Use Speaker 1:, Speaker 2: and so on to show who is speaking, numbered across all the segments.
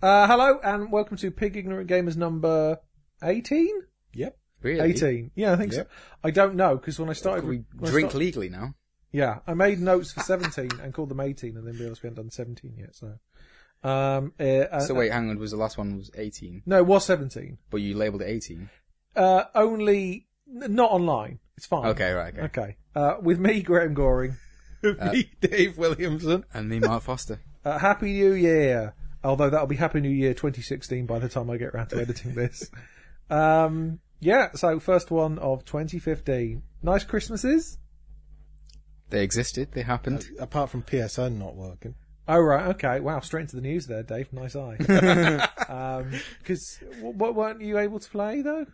Speaker 1: Uh, hello and welcome to Pig Ignorant Gamers number 18?
Speaker 2: Yep.
Speaker 3: Really?
Speaker 1: 18. Yeah, I think
Speaker 2: Yep.
Speaker 1: so. I don't know because when I started,
Speaker 3: Can we
Speaker 1: when I
Speaker 3: drink
Speaker 1: start-
Speaker 3: legally now?
Speaker 1: yeah, I made notes for 17 and called them 18, and then realised we hadn't done 17 yet. So, um, uh, uh,
Speaker 3: so wait, hang on. Was the last one was 18,
Speaker 1: no, it was 17.
Speaker 3: but you labeled it 18?
Speaker 1: Uh, only n- not online. It's fine.
Speaker 3: Okay, Uh, right. Okay.
Speaker 1: Okay. Uh, with me, Graham Goring.
Speaker 2: Me, Dave Williamson.
Speaker 3: And me, Mark Foster.
Speaker 1: Uh, Happy New Year. Although that'll be Happy New Year 2016 by the time I get round to editing this. Um, yeah. So first one of 2015. Nice Christmases.
Speaker 3: They existed. They happened.
Speaker 2: Apart from PSN not working.
Speaker 1: Oh right. Okay. Wow. Straight into the news there, Dave. Nice eye. Because w- what weren't you able to play though?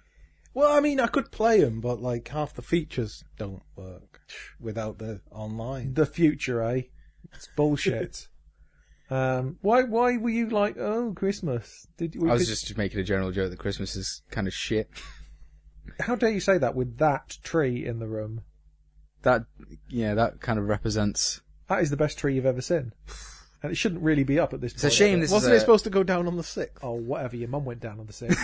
Speaker 2: Well, I mean, I could play them, but like half the features don't work without the online.
Speaker 1: The future, eh? It's bullshit. um, why? Why were you like, oh, Christmas? Did we
Speaker 3: I was
Speaker 1: did-
Speaker 3: just making a general joke that Christmas is kind of shit.
Speaker 1: How dare you say that with that tree in the room?
Speaker 3: That, yeah, that kind of represents.
Speaker 1: That is the best tree you've ever seen. And it shouldn't really be up at this
Speaker 3: It's
Speaker 1: point.
Speaker 3: a shame
Speaker 1: is
Speaker 3: this
Speaker 1: it?
Speaker 2: Wasn't
Speaker 3: is
Speaker 2: it
Speaker 3: a-
Speaker 2: supposed to go down on the 6th?
Speaker 1: Oh, whatever. Your mum went down on the sink.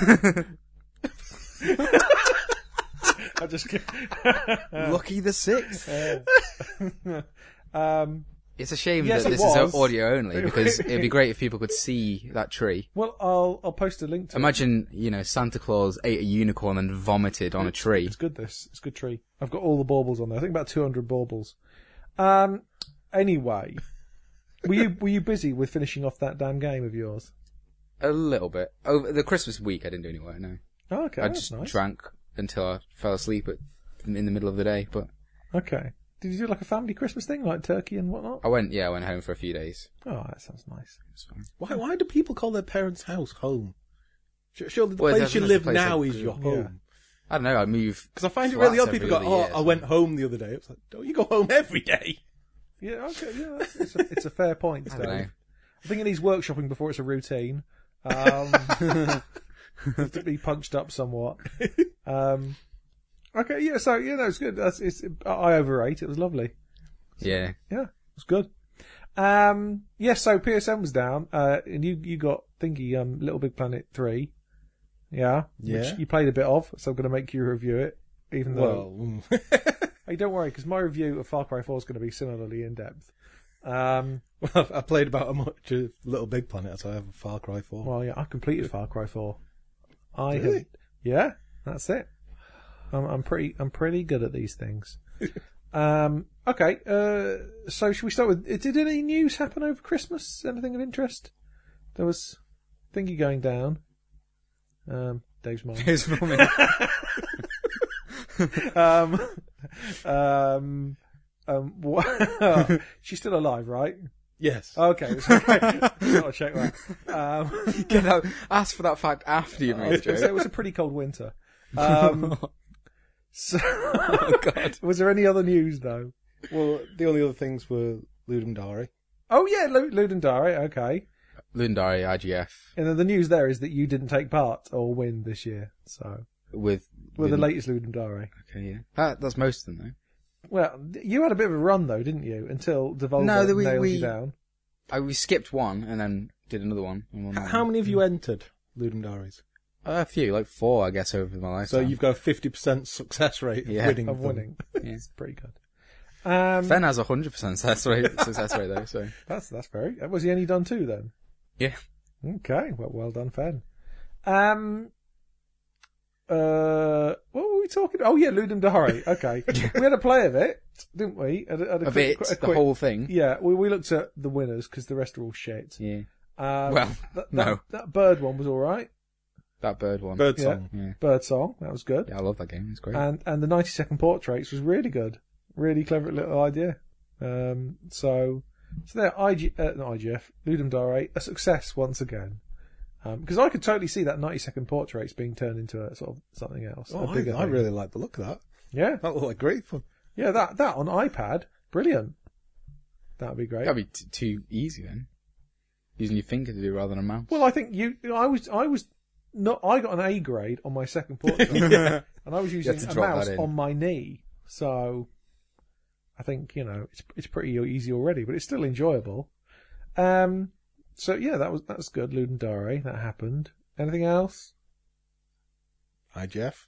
Speaker 1: I just.
Speaker 3: Lucky the sixth. uh,
Speaker 1: um,
Speaker 3: It's a shame
Speaker 1: Yes,
Speaker 3: that
Speaker 1: it
Speaker 3: this is
Speaker 1: was.
Speaker 3: is audio only because it'd be great if people could see that tree.
Speaker 1: well, I'll I'll post a link to. it.
Speaker 3: Imagine, you know, Santa Claus ate a unicorn and vomited on a tree.
Speaker 1: It's good. This it's a good tree. I've got all the baubles on there. I think about two hundred baubles. Um. Anyway, were you were you busy with finishing off that damn game of yours?
Speaker 3: A little bit. Over the Christmas week, I didn't do any work. No,
Speaker 1: Oh, okay,
Speaker 3: I
Speaker 1: that's
Speaker 3: just
Speaker 1: nice.
Speaker 3: drank until I fell asleep at, in the middle of the day. But
Speaker 1: Okay. Did you do like a family Christmas thing, like turkey and whatnot?
Speaker 3: I went, yeah, I went home for a few days.
Speaker 1: Oh, that sounds nice.
Speaker 3: It was fine.
Speaker 2: Why, why do people call their parents' house home? Sh- Surely the
Speaker 3: Well,
Speaker 2: place
Speaker 3: that's
Speaker 2: you
Speaker 3: the
Speaker 2: live
Speaker 3: place
Speaker 2: now
Speaker 3: they
Speaker 2: is
Speaker 3: grew
Speaker 2: your
Speaker 3: up.
Speaker 1: Yeah.
Speaker 2: home.
Speaker 3: I don't know. I move
Speaker 2: Because I find it
Speaker 3: Flats
Speaker 2: really odd. People go,
Speaker 3: every
Speaker 2: oh,
Speaker 3: other year,
Speaker 2: I
Speaker 3: so-
Speaker 2: went home the other day. It's like, don't you go home every day?
Speaker 1: Yeah, okay, yeah, that's- it's a, it's a fair point,
Speaker 3: I
Speaker 1: Dave.
Speaker 3: don't know.
Speaker 1: I, think it needs workshopping before it's a routine. Um, has to be punched up somewhat. Um, okay, yeah, so, yeah, no, it's good. That's, it's, I overate. It was lovely.
Speaker 3: Yeah,
Speaker 1: Yeah, it was good. Um, yes, so PSN was down, uh, and you, you got thingy, um, Little Big Planet 3. Yeah.
Speaker 2: Yeah.
Speaker 1: Which you played a bit of, so I'm going to make you review it, even though.
Speaker 2: Well,
Speaker 1: Hey, don't worry, because my review of Far Cry 4 is going to be similarly in depth. Um,
Speaker 2: I've- I played about as much of Little Big Planet as I have of Far Cry 4.
Speaker 1: well, yeah, I completed Far Cry 4. I
Speaker 2: Really?
Speaker 1: have, yeah, that's it. I'm, I'm pretty, I'm pretty good at these things. um, okay, uh, so should we start with? Did any news happen over Christmas? Anything of interest? There was thingy going down. Um, Dave's mine.
Speaker 3: It's funny.
Speaker 1: um, um, um, what? she's still alive, right?
Speaker 2: yes.
Speaker 1: Okay, it's okay. Gotta check that. Um,
Speaker 3: Get out. Ask for that fact after you made the
Speaker 1: so it
Speaker 3: joke.
Speaker 1: was a pretty cold winter. Um, so,
Speaker 3: oh God.
Speaker 1: was there any other news though?
Speaker 2: well, the only other things were Ludum Dare.
Speaker 1: Oh yeah, Lu- Ludendare. Okay,
Speaker 3: Lundari IGF
Speaker 1: and then the news there is that you didn't take part or win this year. So,
Speaker 3: with
Speaker 1: well, the
Speaker 3: Lund-
Speaker 1: latest Ludendare.
Speaker 3: Okay, yeah. That, that's most of them
Speaker 1: Well, you had a bit of a run though, didn't you? Until Devolver
Speaker 3: No, that we-
Speaker 1: nailed you
Speaker 3: we-
Speaker 1: down.
Speaker 3: though. I we skipped one and then did another one. And one
Speaker 2: How many of you entered Ludum Dares?
Speaker 3: A few, like four, I guess, over my lifetime.
Speaker 2: So you've got a 50% success rate of
Speaker 3: Yeah.
Speaker 2: winning.
Speaker 1: Of
Speaker 2: them.
Speaker 1: winning,
Speaker 3: Yeah.
Speaker 1: it's pretty good. Um,
Speaker 3: Fen has a hundred percent success rate. Success rate though. So
Speaker 1: that's that's very. Was he only done two then?
Speaker 3: yeah,
Speaker 1: Okay, well, well done, Fen. Um, uh, what were we talking? Oh yeah, Ludum Dare. Okay, we had a play of it, didn't we? Had a- had a
Speaker 3: of
Speaker 1: quick-
Speaker 3: it,
Speaker 1: a
Speaker 3: the
Speaker 1: quick-
Speaker 3: whole thing.
Speaker 1: Yeah, we we looked at the winners because the rest are all shit.
Speaker 3: Yeah,
Speaker 1: Um,
Speaker 3: Well,
Speaker 1: that, that,
Speaker 3: no.
Speaker 1: that bird one was all right.
Speaker 3: that bird one.
Speaker 2: Birdsong.
Speaker 3: Yeah,
Speaker 1: Bird song that was good,
Speaker 3: yeah, I love that game. It's great.
Speaker 1: and and the ninety second portraits was really good, really clever little idea. Um, so so there, IG, uh, not IGF, Ludum Dare, a success once again. Because I could totally see that 90 second portraits being turned into a sort of something else.
Speaker 2: Oh,
Speaker 1: a bigger
Speaker 2: I, I
Speaker 1: thing.
Speaker 2: really like the look of that.
Speaker 1: Yeah,
Speaker 2: That looked like great fun.
Speaker 1: yeah, that, that on iPad, brilliant. That'd be great.
Speaker 3: That'd be t- too easy then. Using your finger to do rather than a mouse.
Speaker 1: well, I think you, you know, I was, I was not, I got an A grade on my second portrait, and I was using
Speaker 3: to
Speaker 1: a
Speaker 3: drop that
Speaker 1: mouse
Speaker 3: in.
Speaker 1: on my knee. So I think, you know, it's, it's pretty easy already, but it's still enjoyable. Um, So yeah, that was that's good. Ludendare, that happened. Anything else?
Speaker 2: Hi, Jeff.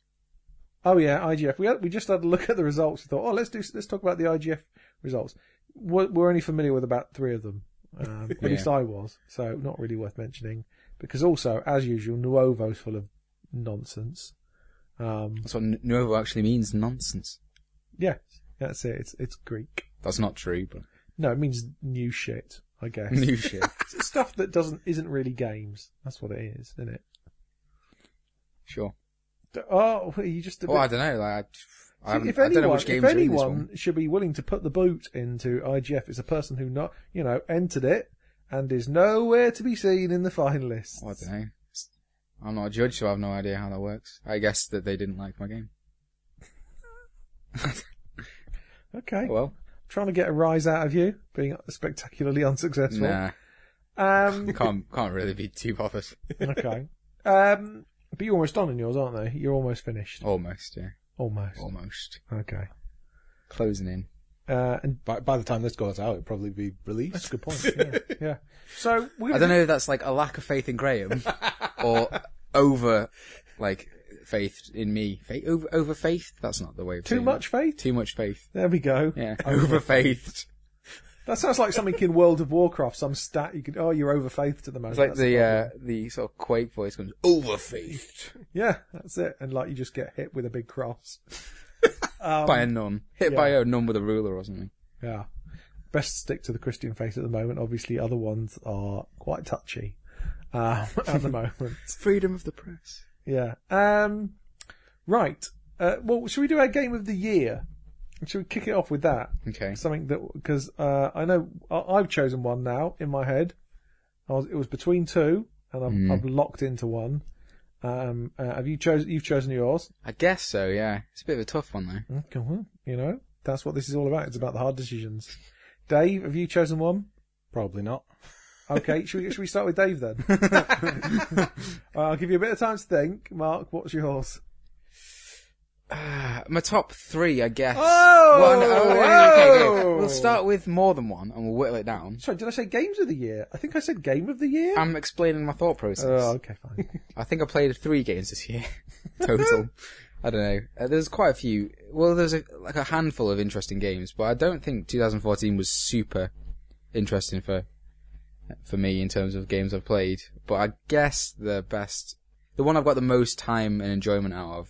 Speaker 1: Oh yeah, IGF. We had, we just had a look at the results. We thought, oh, let's do let's talk about the IGF results. We're, we're only familiar with about three of them. Um, At
Speaker 3: Yeah.
Speaker 1: least I was, so not really worth mentioning. Because also, as usual, Nuovo's full of nonsense. Um,
Speaker 3: That's what n- Nuovo actually means, nonsense.
Speaker 1: yeah, that's it. It's it's Greek.
Speaker 3: That's not true, but
Speaker 1: No, it means new shit. I guess
Speaker 3: new shit.
Speaker 1: It's stuff that doesn't isn't really games. That's what it is, isn't it?
Speaker 3: Sure.
Speaker 1: Oh, you just a
Speaker 3: Well,
Speaker 1: bit
Speaker 3: I don't know. Like, I, I,
Speaker 1: See,
Speaker 3: haven't-
Speaker 1: if
Speaker 3: I
Speaker 1: anyone,
Speaker 3: don't know which games
Speaker 1: if
Speaker 3: are in this
Speaker 1: anyone
Speaker 3: one.
Speaker 1: should be willing to put the boot into IGF, it's a person who not, you know, entered it and is nowhere to be seen in the finalists.
Speaker 3: Well, Oh, I don't know. It's- I'm not a judge, so I have no idea how that works. I guess that they didn't like my game.
Speaker 1: Okay,
Speaker 3: Oh, well,
Speaker 1: trying to get a rise out of you, being spectacularly unsuccessful.
Speaker 3: nah,
Speaker 1: Um,
Speaker 3: can't can't really be too bothered.
Speaker 1: okay, um, but you're almost done in yours, aren't they? You're almost
Speaker 3: Oh.
Speaker 1: finished.
Speaker 3: Almost, yeah,
Speaker 1: Almost.
Speaker 3: almost
Speaker 1: Okay.
Speaker 3: closing in.
Speaker 1: Uh, and
Speaker 2: By, by the time this goes out, it'll probably be released.
Speaker 1: that's a good point. Yeah. yeah. So we.
Speaker 3: I don't know if that's like a lack of faith in Graham or over like faith in me. Faith over over faith. That's not the way. Of
Speaker 1: Too
Speaker 3: saying
Speaker 1: much
Speaker 3: it.
Speaker 1: faith.
Speaker 3: Too much faith.
Speaker 1: There we go. Um,
Speaker 3: Yeah, over faith.
Speaker 1: That sounds like something in World of Warcraft. Some stat you could. Oh, you're overfaithed at the moment.
Speaker 3: It's like
Speaker 1: That's
Speaker 3: the
Speaker 1: problem.
Speaker 3: uh, the sort of quake voice comes over faith
Speaker 1: Yeah, that's it. And like you just get hit with a big cross.
Speaker 3: by a nun, hit
Speaker 1: yeah.
Speaker 3: by a nun with a ruler or something.
Speaker 1: Yeah. Best stick to the Christian faith at the moment. Obviously, other ones are quite touchy um, at the moment.
Speaker 3: It's freedom of the press.
Speaker 1: Yeah. Um, right. Uh, well, should we do our game of the year? Should we kick it off with that?
Speaker 3: Okay.
Speaker 1: Something that because uh, I know I, I've chosen one now in my head. I was, it was between two, and I've, I've locked into one. Um, uh, have you chosen? You've chosen yours.
Speaker 3: I guess so. Yeah, it's a bit of a tough one though.
Speaker 1: Okay, well, you know, that's what this is all about. It's about the hard decisions. Dave, have you chosen one?
Speaker 2: Probably not.
Speaker 1: Okay, should we, should we start with Dave then? All right, I'll give you a bit of time to think. Mark, what's yours?
Speaker 3: Uh, my top three, I guess.
Speaker 1: Oh!
Speaker 3: Well, no, oh, okay, okay.
Speaker 1: Oh!
Speaker 3: We'll start with more than one, and we'll whittle it down.
Speaker 1: Sorry, did I say games of the year? I think I said game of the year.
Speaker 3: I'm explaining my thought process.
Speaker 1: oh, okay, fine.
Speaker 3: I think I played three games this year total. I don't know. Uh, there's quite a few. Well, there's a, like a handful of interesting games, but I don't think 2014 was super interesting for for me in terms of games I've played. But I guess the best, the one I've got the most time and enjoyment out of,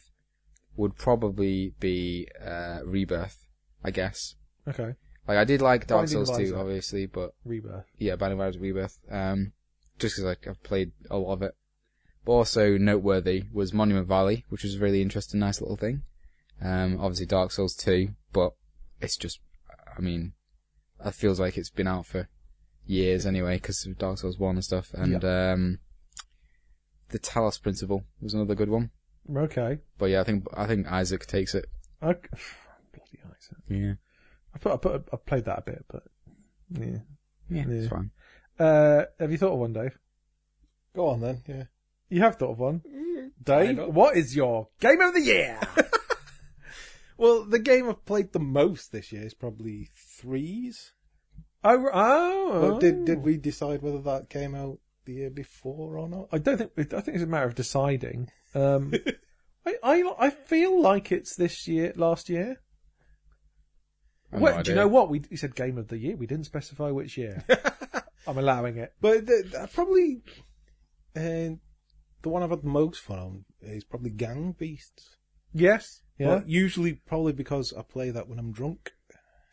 Speaker 3: would probably be uh, Rebirth. I guess.
Speaker 1: Okay,
Speaker 3: Like I did like Dark
Speaker 1: Binding of
Speaker 3: Souls 2,
Speaker 1: Isaac.
Speaker 3: obviously, but
Speaker 1: rebirth.
Speaker 3: yeah, Binding of Isaac Rebirth. Um, just because like, I've played a lot of it. But also noteworthy was Monument Valley, which was a really interesting, nice little thing. Um, obviously Dark Souls 2, but it's just, I mean, it feels like it's been out for years anyway because of Dark Souls 1 and stuff. And um, the Talos Principle was another good one.
Speaker 1: Okay.
Speaker 3: But yeah, I think I think Isaac takes it.
Speaker 1: okay. Bloody Isaac.
Speaker 3: Yeah,
Speaker 1: I, put, I, put, I played that a bit, but yeah.
Speaker 3: yeah,
Speaker 1: Yeah.
Speaker 3: it's fine.
Speaker 1: Uh, have you thought of one, Dave?
Speaker 2: Go on then. Yeah.
Speaker 1: You have thought of one. Dave,
Speaker 2: Mm. kind of.
Speaker 1: what is your game of the year?
Speaker 2: Well, the game I've played the most this year is probably Threes.
Speaker 1: Oh, oh,
Speaker 2: Well, did did we decide whether that came out the year before or not?
Speaker 1: I don't think. I think it's a matter of deciding. Um, I, I I feel like it's this year, last year.
Speaker 3: I have
Speaker 1: Well,
Speaker 3: no
Speaker 1: do you
Speaker 3: idea.
Speaker 1: know what we, we said? Game of the year. We didn't specify which year. I'm allowing it.
Speaker 2: But the, the- probably, uh, the one I've had the most fun on is probably Gang Beasts.
Speaker 1: Yes. Yeah.
Speaker 2: But usually, probably because I play that when I'm drunk,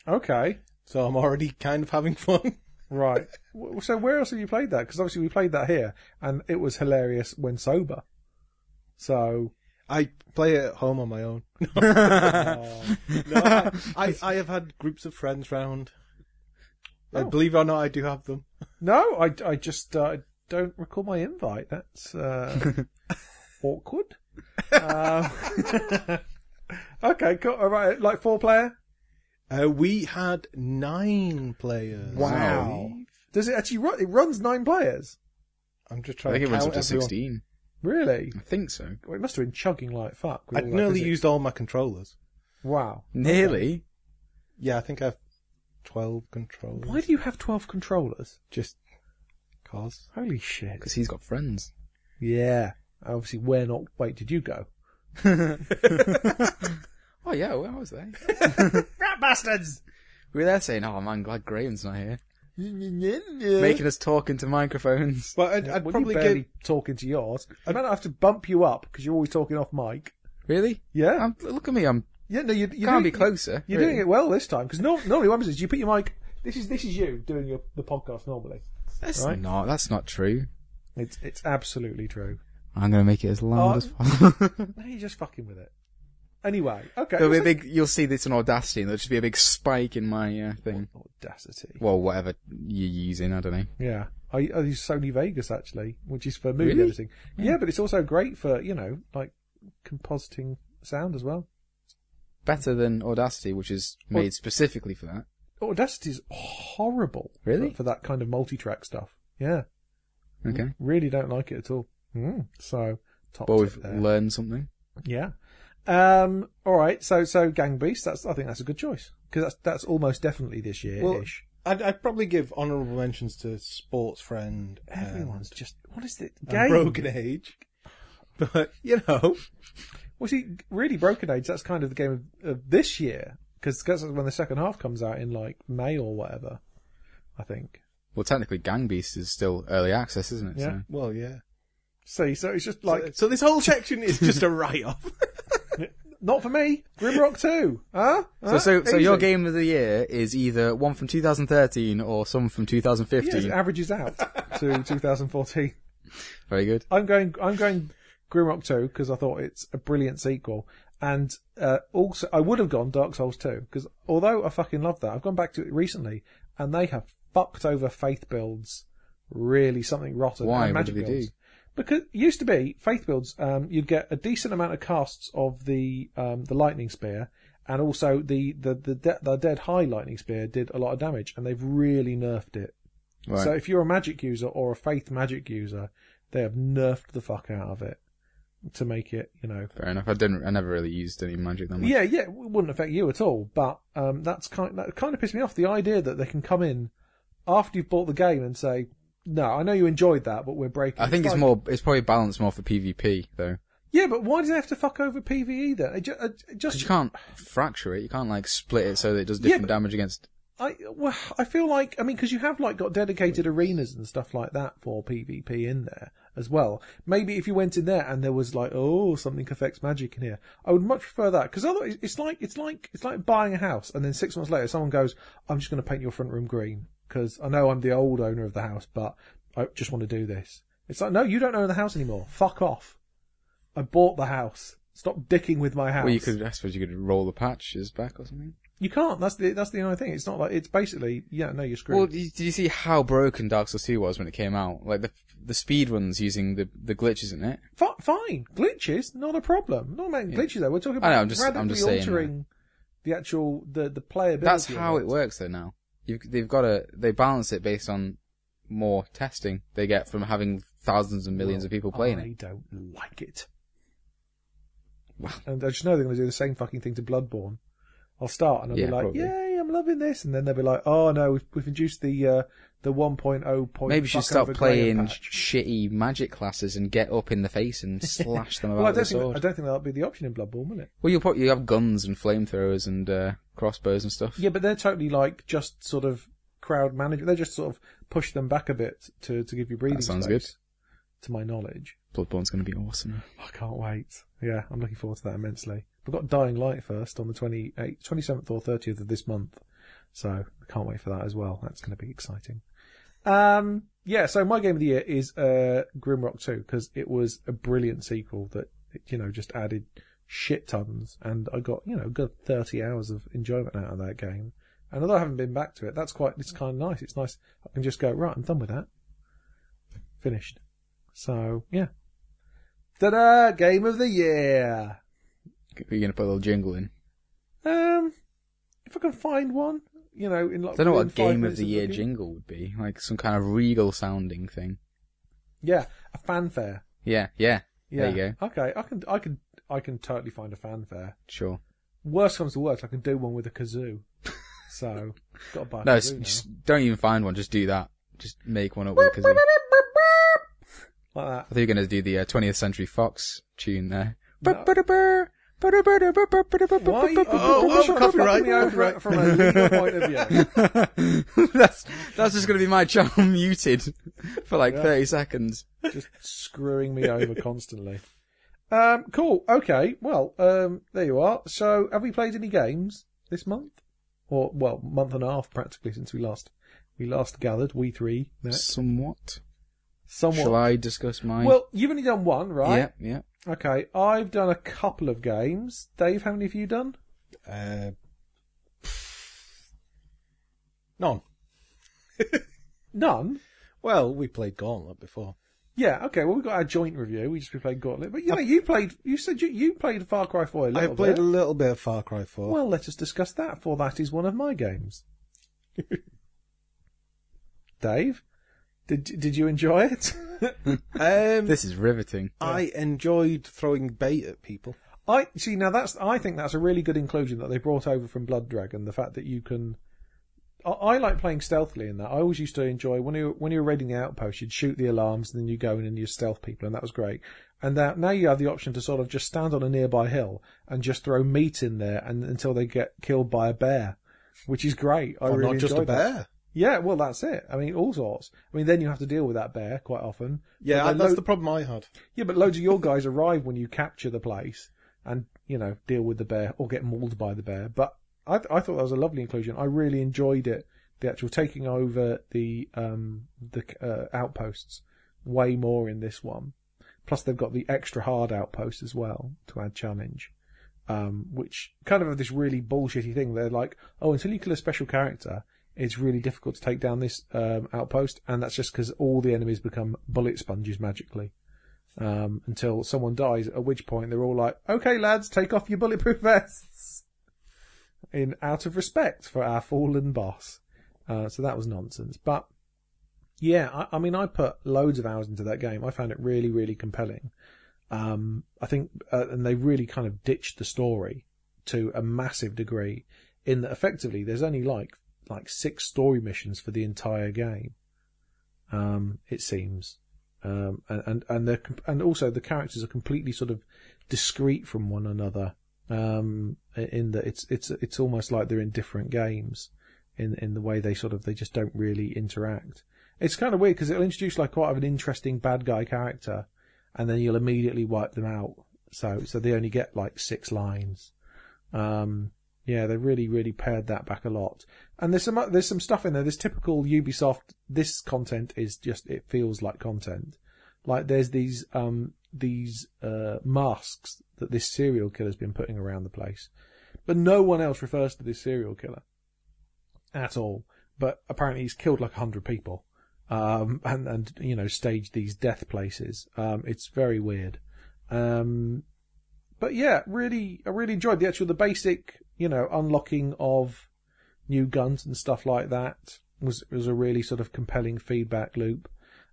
Speaker 1: Okay.
Speaker 2: so I'm already kind of having fun.
Speaker 1: Right. W- so where else have you played that? Because obviously we played that here, and it was hilarious when sober. So
Speaker 2: I play it at home on my own. No,
Speaker 1: uh,
Speaker 2: I, I, I have had groups of friends round. Uh,
Speaker 1: Oh.
Speaker 2: believe it or not, I do have them.
Speaker 1: no, I I just uh, don't recall my invite. That's uh, awkward. Um, okay. Cool. All right. Like four player.
Speaker 2: Uh, we had nine players.
Speaker 3: Wow.
Speaker 2: I believe.
Speaker 1: Does it actually run? It runs nine players.
Speaker 2: I'm
Speaker 3: I
Speaker 2: just trying
Speaker 3: think
Speaker 2: to
Speaker 3: it runs up
Speaker 2: count
Speaker 3: to
Speaker 2: everyone.
Speaker 3: 16.
Speaker 1: Really?
Speaker 3: I think so.
Speaker 1: Well, it must have been chugging like fuck. with
Speaker 2: I'd
Speaker 1: all that
Speaker 2: nearly
Speaker 1: physics.
Speaker 2: used all my controllers.
Speaker 1: Wow.
Speaker 3: Nearly.
Speaker 2: Yeah, I think I have 12 controllers.
Speaker 1: Why do you have twelve controllers?
Speaker 2: Just Cause
Speaker 1: Holy shit.
Speaker 3: because he's got friends.
Speaker 1: Yeah. Obviously, where not? Wait, did you go?
Speaker 3: Oh yeah, well, I was there.
Speaker 1: Rat bastards!
Speaker 3: We were there saying, "Oh man, glad Graham's not here," making us talk into microphones.
Speaker 2: Well, I'd, I'd
Speaker 1: Well,
Speaker 2: probably
Speaker 1: you barely
Speaker 2: give.
Speaker 1: talk into yours. I might have to bump you up because you're always talking off mic.
Speaker 3: Really?
Speaker 1: Yeah,
Speaker 3: I'm, look at me. I'm
Speaker 1: yeah. No, you, you
Speaker 3: Um, can't be closer.
Speaker 1: You're
Speaker 3: really.
Speaker 1: doing it well this time because no, normally what happens is you put your mic. This is this is you doing your the podcast normally.
Speaker 3: That's
Speaker 1: right?
Speaker 3: not. That's not true.
Speaker 1: It's it's absolutely true.
Speaker 3: I'm gonna make it as loud
Speaker 1: Oh.
Speaker 3: as possible.
Speaker 1: No, you're just fucking with it. Anyway, okay.
Speaker 3: There'll be a
Speaker 1: it's
Speaker 3: big. You'll see this on Audacity, and there'll just be a big spike in my uh, thing.
Speaker 1: like audacity.
Speaker 3: Well, whatever you're using, I don't know.
Speaker 1: Yeah, I, I use Sony Vegas actually, which is for movie
Speaker 3: Really?
Speaker 1: editing. Yeah. but it's also great for you know like compositing sound as well.
Speaker 3: Better than Audacity, which is made specifically for that.
Speaker 1: Audacity's Oh, horrible.
Speaker 3: Really?
Speaker 1: for, for that kind of multi-track stuff. Yeah, Mm-hmm.
Speaker 3: Okay.
Speaker 1: really don't like it at all. Mm. So top
Speaker 3: Well,
Speaker 1: tip
Speaker 3: we've
Speaker 1: there.
Speaker 3: learned something.
Speaker 1: Yeah. Um, all right. So so Gang Beast. That's I think that's a good choice because that's that's almost definitely this year ish.
Speaker 2: I'd, I'd probably give honourable mentions to Sports Friend.
Speaker 1: Um,
Speaker 2: and-
Speaker 1: Everyone's just what is it?
Speaker 2: and
Speaker 1: Gang.
Speaker 2: Broken Age. But you know,
Speaker 1: Well, see, really Broken Age. That's kind of the game of, of this year because that's when the second half comes out in like May or whatever. I think.
Speaker 3: Well, technically, Gang Beast is still early access, isn't it?
Speaker 1: Yeah.
Speaker 3: So.
Speaker 2: well, yeah.
Speaker 1: See, so it's just
Speaker 2: Like,
Speaker 1: like
Speaker 2: so this whole section is just a write-off.
Speaker 1: not for me. Grimrock Two, huh?
Speaker 3: So, so, so your
Speaker 1: Easy.
Speaker 3: game of the year is either one from 2013 or some from
Speaker 1: Yeah,
Speaker 3: 2015.
Speaker 1: it averages out to 2014. uh,
Speaker 3: Very good.
Speaker 1: I'm going. I'm going Grimrock Two because I thought it's a brilliant sequel, and uh, also I would have gone Dark Souls Two because although I fucking love that, I've gone back to it recently, and they have fucked over faith builds really something rotten.
Speaker 3: Why?
Speaker 1: And
Speaker 3: What
Speaker 1: magic
Speaker 3: did they do?
Speaker 1: builds. Because it used to be faith builds, um, you'd get a decent amount of casts of the um, the lightning spear, and also the the the, de- the dead high lightning spear did a lot of damage, and they've really nerfed it.
Speaker 3: Right.
Speaker 1: So if you're a magic user or a faith magic user, they have nerfed the fuck out of it to make it, you know.
Speaker 3: Fair enough. I didn't. I never really used any magic that much.
Speaker 1: Yeah, yeah, it wouldn't affect you at all, but um, that's kind that kind of pissed me off. The idea that they can come in after you've bought the game and say, "No, I know you enjoyed that, but we're breaking."
Speaker 3: I think it's
Speaker 1: like-
Speaker 3: more. It's probably balanced more for PvP though,
Speaker 1: Yeah, but why do they have to fuck over PVE then? It ju- it
Speaker 3: because
Speaker 1: just
Speaker 3: you can't fracture it. You can't like split it so that it does
Speaker 1: Yeah,
Speaker 3: different
Speaker 1: but-
Speaker 3: damage against.
Speaker 1: I well, I feel like I mean because you have like got dedicated arenas and stuff like that for PvP in there as well. Maybe if you went in there and there was like oh something affects magic in here, I would much prefer that because otherwise it's like it's like it's like buying a house and then six months later someone goes I'm just going to paint your front room green because I know I'm the old owner of the house but I just want to do this. It's like no you don't own the house anymore. Fuck off. I bought the house. Stop dicking with my house.
Speaker 3: Well, you could. I suppose you could roll the patches back or something.
Speaker 1: You can't. That's the that's the only thing. It's not like it's basically yeah. No, you're screwed.
Speaker 3: Well, did you, did you see how broken Dark Souls 2 was when it came out? Like the the speed runs using the the glitches in it.
Speaker 1: Fi fine, glitches not a problem. Not about glitches though. We're talking
Speaker 3: I
Speaker 1: about
Speaker 3: know, I'm just- I'm
Speaker 1: radically
Speaker 3: just saying that.
Speaker 1: altering the actual the the playability.
Speaker 3: That's
Speaker 1: of
Speaker 3: how it works though. Now You've, they've got to they balance it based on more testing they get from having thousands and millions of people playing
Speaker 1: I
Speaker 3: it.
Speaker 1: don't like it.
Speaker 3: Wow.
Speaker 1: And I just know they're going to do the same fucking thing to Bloodborne. I'll start and I'll
Speaker 3: Yeah,
Speaker 1: be like,
Speaker 3: probably.
Speaker 1: "Yay, I'm loving this," and then they'll be like, "Oh no, we've, we've induced the uh, the 1.0 point."
Speaker 3: Maybe you should
Speaker 1: fuck
Speaker 3: start
Speaker 1: over Graham
Speaker 3: playing
Speaker 1: patch.
Speaker 3: shitty magic classes and get up in the face and slash them about
Speaker 1: Well, I
Speaker 3: with a
Speaker 1: don't, think,
Speaker 3: sword.
Speaker 1: I don't think that'll be the option in Bloodborne, will it?
Speaker 3: Well, you'll probably you have guns and flamethrowers and uh, crossbows and stuff.
Speaker 1: Yeah, but they're totally like just sort of crowd management. They just sort of push them back a bit to, to give you breathing
Speaker 3: That sounds
Speaker 1: space. To my knowledge,
Speaker 3: Bloodborne's going to be awesome.
Speaker 1: I can't wait. Yeah, I'm looking forward to that immensely. We've got Dying Light first on the 28th, 27th or 30th of this month, so I can't wait for that as well. That's going to be exciting. Um, yeah, so my game of the year is uh, Grimrock 2 because it was a brilliant sequel that you know just added shit tons, and I got you know a good 30 hours of enjoyment out of that game. And although I haven't been back to it, that's quite it's kind of nice. It's nice I can just go right. I'm done with that. Finished. So yeah. Ta-da! Game of the year.
Speaker 3: Are you going to put a little jingle in?
Speaker 1: Um, if I can find one, you know, in like
Speaker 3: I don't know what a
Speaker 1: within five
Speaker 3: game of
Speaker 1: minutes
Speaker 3: the year
Speaker 1: looking-
Speaker 3: jingle would be. Like some kind of regal sounding thing.
Speaker 1: Yeah, a fanfare.
Speaker 3: Yeah, yeah.
Speaker 1: Yeah.
Speaker 3: There you
Speaker 1: go. Okay, I can, I can, I can totally find a fanfare.
Speaker 3: Sure.
Speaker 1: Worst comes to worst, I can do one with a kazoo. So, got to buy a
Speaker 3: No,
Speaker 1: kazoo
Speaker 3: s-
Speaker 1: now.
Speaker 3: just don't even find one. Just do that. Just make one up with a kazoo.
Speaker 1: like that.
Speaker 3: I think you're going to do the uh, 20th Century Fox tune there.
Speaker 1: No. Why?
Speaker 2: oh,
Speaker 1: shut
Speaker 2: copyright,
Speaker 1: me over
Speaker 2: copyright.
Speaker 1: From a legal point of view.
Speaker 3: that's that's just going to be my channel muted for like 30 seconds.
Speaker 1: just screwing me over constantly. Um, cool. Okay. Well, um, there you are. So, have we played any games this month? Or well, month and a half practically since we last we last gathered. We three. Matt.
Speaker 3: Somewhat.
Speaker 1: Somewhat.
Speaker 3: Shall I discuss mine?
Speaker 1: Well, you've only done one, right?
Speaker 3: yeah, yeah.
Speaker 1: Okay. I've done a couple of games. Dave, how many have you done?
Speaker 2: Uh, none.
Speaker 1: None.
Speaker 2: Well, we played Gauntlet before.
Speaker 1: Yeah. Okay. Well, we got our joint review. We just we played Gauntlet, but you know, you played. You said you, you played Far Cry Four a
Speaker 2: I
Speaker 1: little
Speaker 2: played
Speaker 1: bit.
Speaker 2: a little bit of Far Cry 4.
Speaker 1: Well, let us discuss that, for that is one of my games. Dave, did did you enjoy it?
Speaker 2: um,
Speaker 3: This is riveting.
Speaker 2: I enjoyed throwing bait at people.
Speaker 1: I see now that's I think that's a really good inclusion that they brought over from Blood Dragon. The fact that you can, I, I like playing stealthily in that. I always used to enjoy when you when you were raiding the outpost, you'd shoot the alarms and then you go in and you stealth people, and that was great. And that now you have the option to sort of just stand on a nearby hill and just throw meat in there and until they get killed by a bear, which is great. I
Speaker 2: Or
Speaker 1: really
Speaker 2: not just a
Speaker 1: enjoyed that.
Speaker 2: bear.
Speaker 1: Yeah, well, that's it. I mean, all sorts. I mean, then you have to deal with that bear quite often.
Speaker 2: Yeah,
Speaker 1: But
Speaker 2: I-
Speaker 1: then
Speaker 2: that's
Speaker 1: lo-
Speaker 2: the problem I had.
Speaker 1: yeah, but loads of your guys arrive when you capture the place and you know deal with the bear or get mauled by the bear. But I, I thought that was a lovely inclusion. I really enjoyed it. The actual taking over the um the uh, outposts way more in this one. Plus, they've got the extra hard outpost as well to add challenge. Um, which kind of have this really bullshitty thing. They're like, oh, until you kill a special character, it's really difficult to take down this um, outpost, and that's just because all the enemies become bullet sponges magically um, until someone dies, at which point they're all like, okay, lads, take off your bulletproof vests. In out of respect for our fallen boss. Uh, so that was nonsense. But yeah, I, I mean, I put loads of hours into that game. I found it really, really compelling. Um, I think, uh, and they really kind of ditched the story to a massive degree in that effectively there's only like, like six story missions for the entire game. Um, it seems um, and and and, they're, com- and also the characters are completely sort of discrete from one another um, in that it's it's it's almost like they're in different games in in the way they sort of they just don't really interact. It's kind of weird because it'll introduce like quite of an interesting bad guy character, and then you'll immediately wipe them out. So so they only get like six lines. Um, yeah, they really, really pared that back a lot. And there's some uh, there's some stuff in there. There's typical Ubisoft. This content is just it feels like content. Like there's these um these uh masks that this serial killer's been putting around the place, but no one else refers to this serial killer at all. But apparently he's killed like hundred people, um and and you know staged these death places. Um, it's very weird. Um, but yeah, really, I really enjoyed the actual the basic, you know, unlocking of new guns and stuff like that was was a really sort of compelling feedback loop.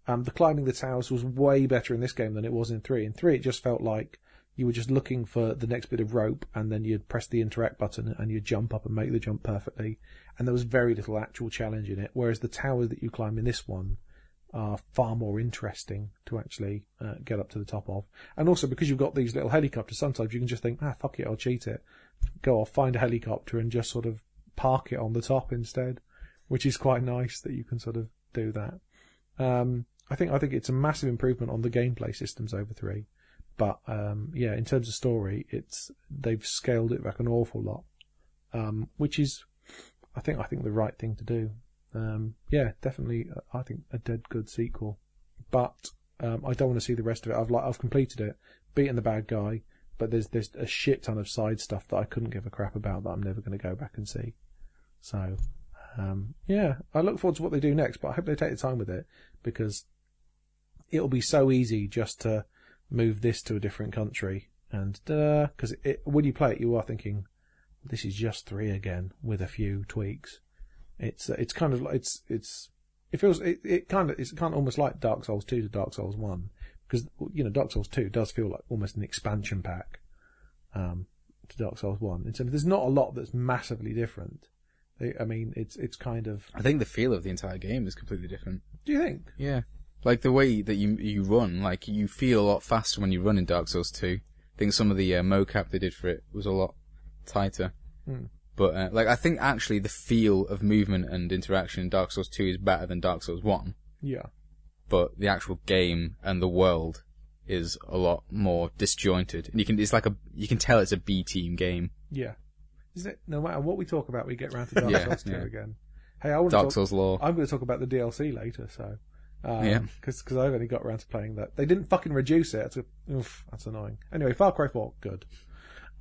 Speaker 1: Um, the climbing the towers was way better in this game than it was in three. In three, it just felt like you were just looking for the next bit of rope, and then you'd press the interact button, and you'd jump up and make the jump perfectly. And there was very little actual challenge in it. Whereas the towers that you climb in this one, are far more interesting to actually uh, get up to the top of. And also because you've got these little helicopters, sometimes you can just think, ah, fuck it, I'll cheat it. Go off, find a helicopter and just sort of park it on the top instead, which is quite nice that you can sort of do that. Um, I think, I think it's a massive improvement on the gameplay systems over three. But, um, yeah, in terms of story, it's, they've scaled it back an awful lot. Um, which is, I think, I think the right thing to do um, yeah, definitely, uh, I think a dead good sequel. But um, I don't want to see the rest of it. I've like I've completed it, beaten the bad guy, but there's there's a shit ton of side stuff that I couldn't give a crap about that I'm never going to go back and see. So, um, yeah, I look forward to what they do next, but I hope they take the time with it because it'll be so easy just to move this to a different country and because it, when you play it, you are thinking this is just three again with a few tweaks. It's it's kind of like it's it's it feels it, it kind of it's kind of almost like Dark Souls two to Dark Souls one because you know Dark Souls two does feel like almost an expansion pack um, to Dark Souls one. In terms, there's not a lot that's massively different. They- I mean, it's it's kind of.
Speaker 3: I think the feel of the entire game is completely different.
Speaker 1: Do you think?
Speaker 3: Yeah. Like the way that you you run, like you feel a lot faster when you run in Dark Souls 2. I think some of the uh, mocap they did for it was a lot tighter. But uh, like I think actually the feel of movement and interaction in Dark Souls 2 is better than Dark Souls 1,
Speaker 1: Yeah.
Speaker 3: but the actual game and the world is a lot more disjointed. And you can it's like a you can tell it's a B team game.
Speaker 1: Yeah. Isn't it? No matter what we talk about, we get round to Dark
Speaker 3: Yeah,
Speaker 1: Souls 2
Speaker 3: yeah.
Speaker 1: again. Hey, I want to
Speaker 3: Dark
Speaker 1: talk,
Speaker 3: Souls lore.
Speaker 1: I'm going to talk about the DLC later, so. Um,
Speaker 3: Yeah.
Speaker 1: Because I've only got around to playing that. They didn't fucking reduce it. It's a, oof, that's annoying. Anyway, Far Cry 4, good.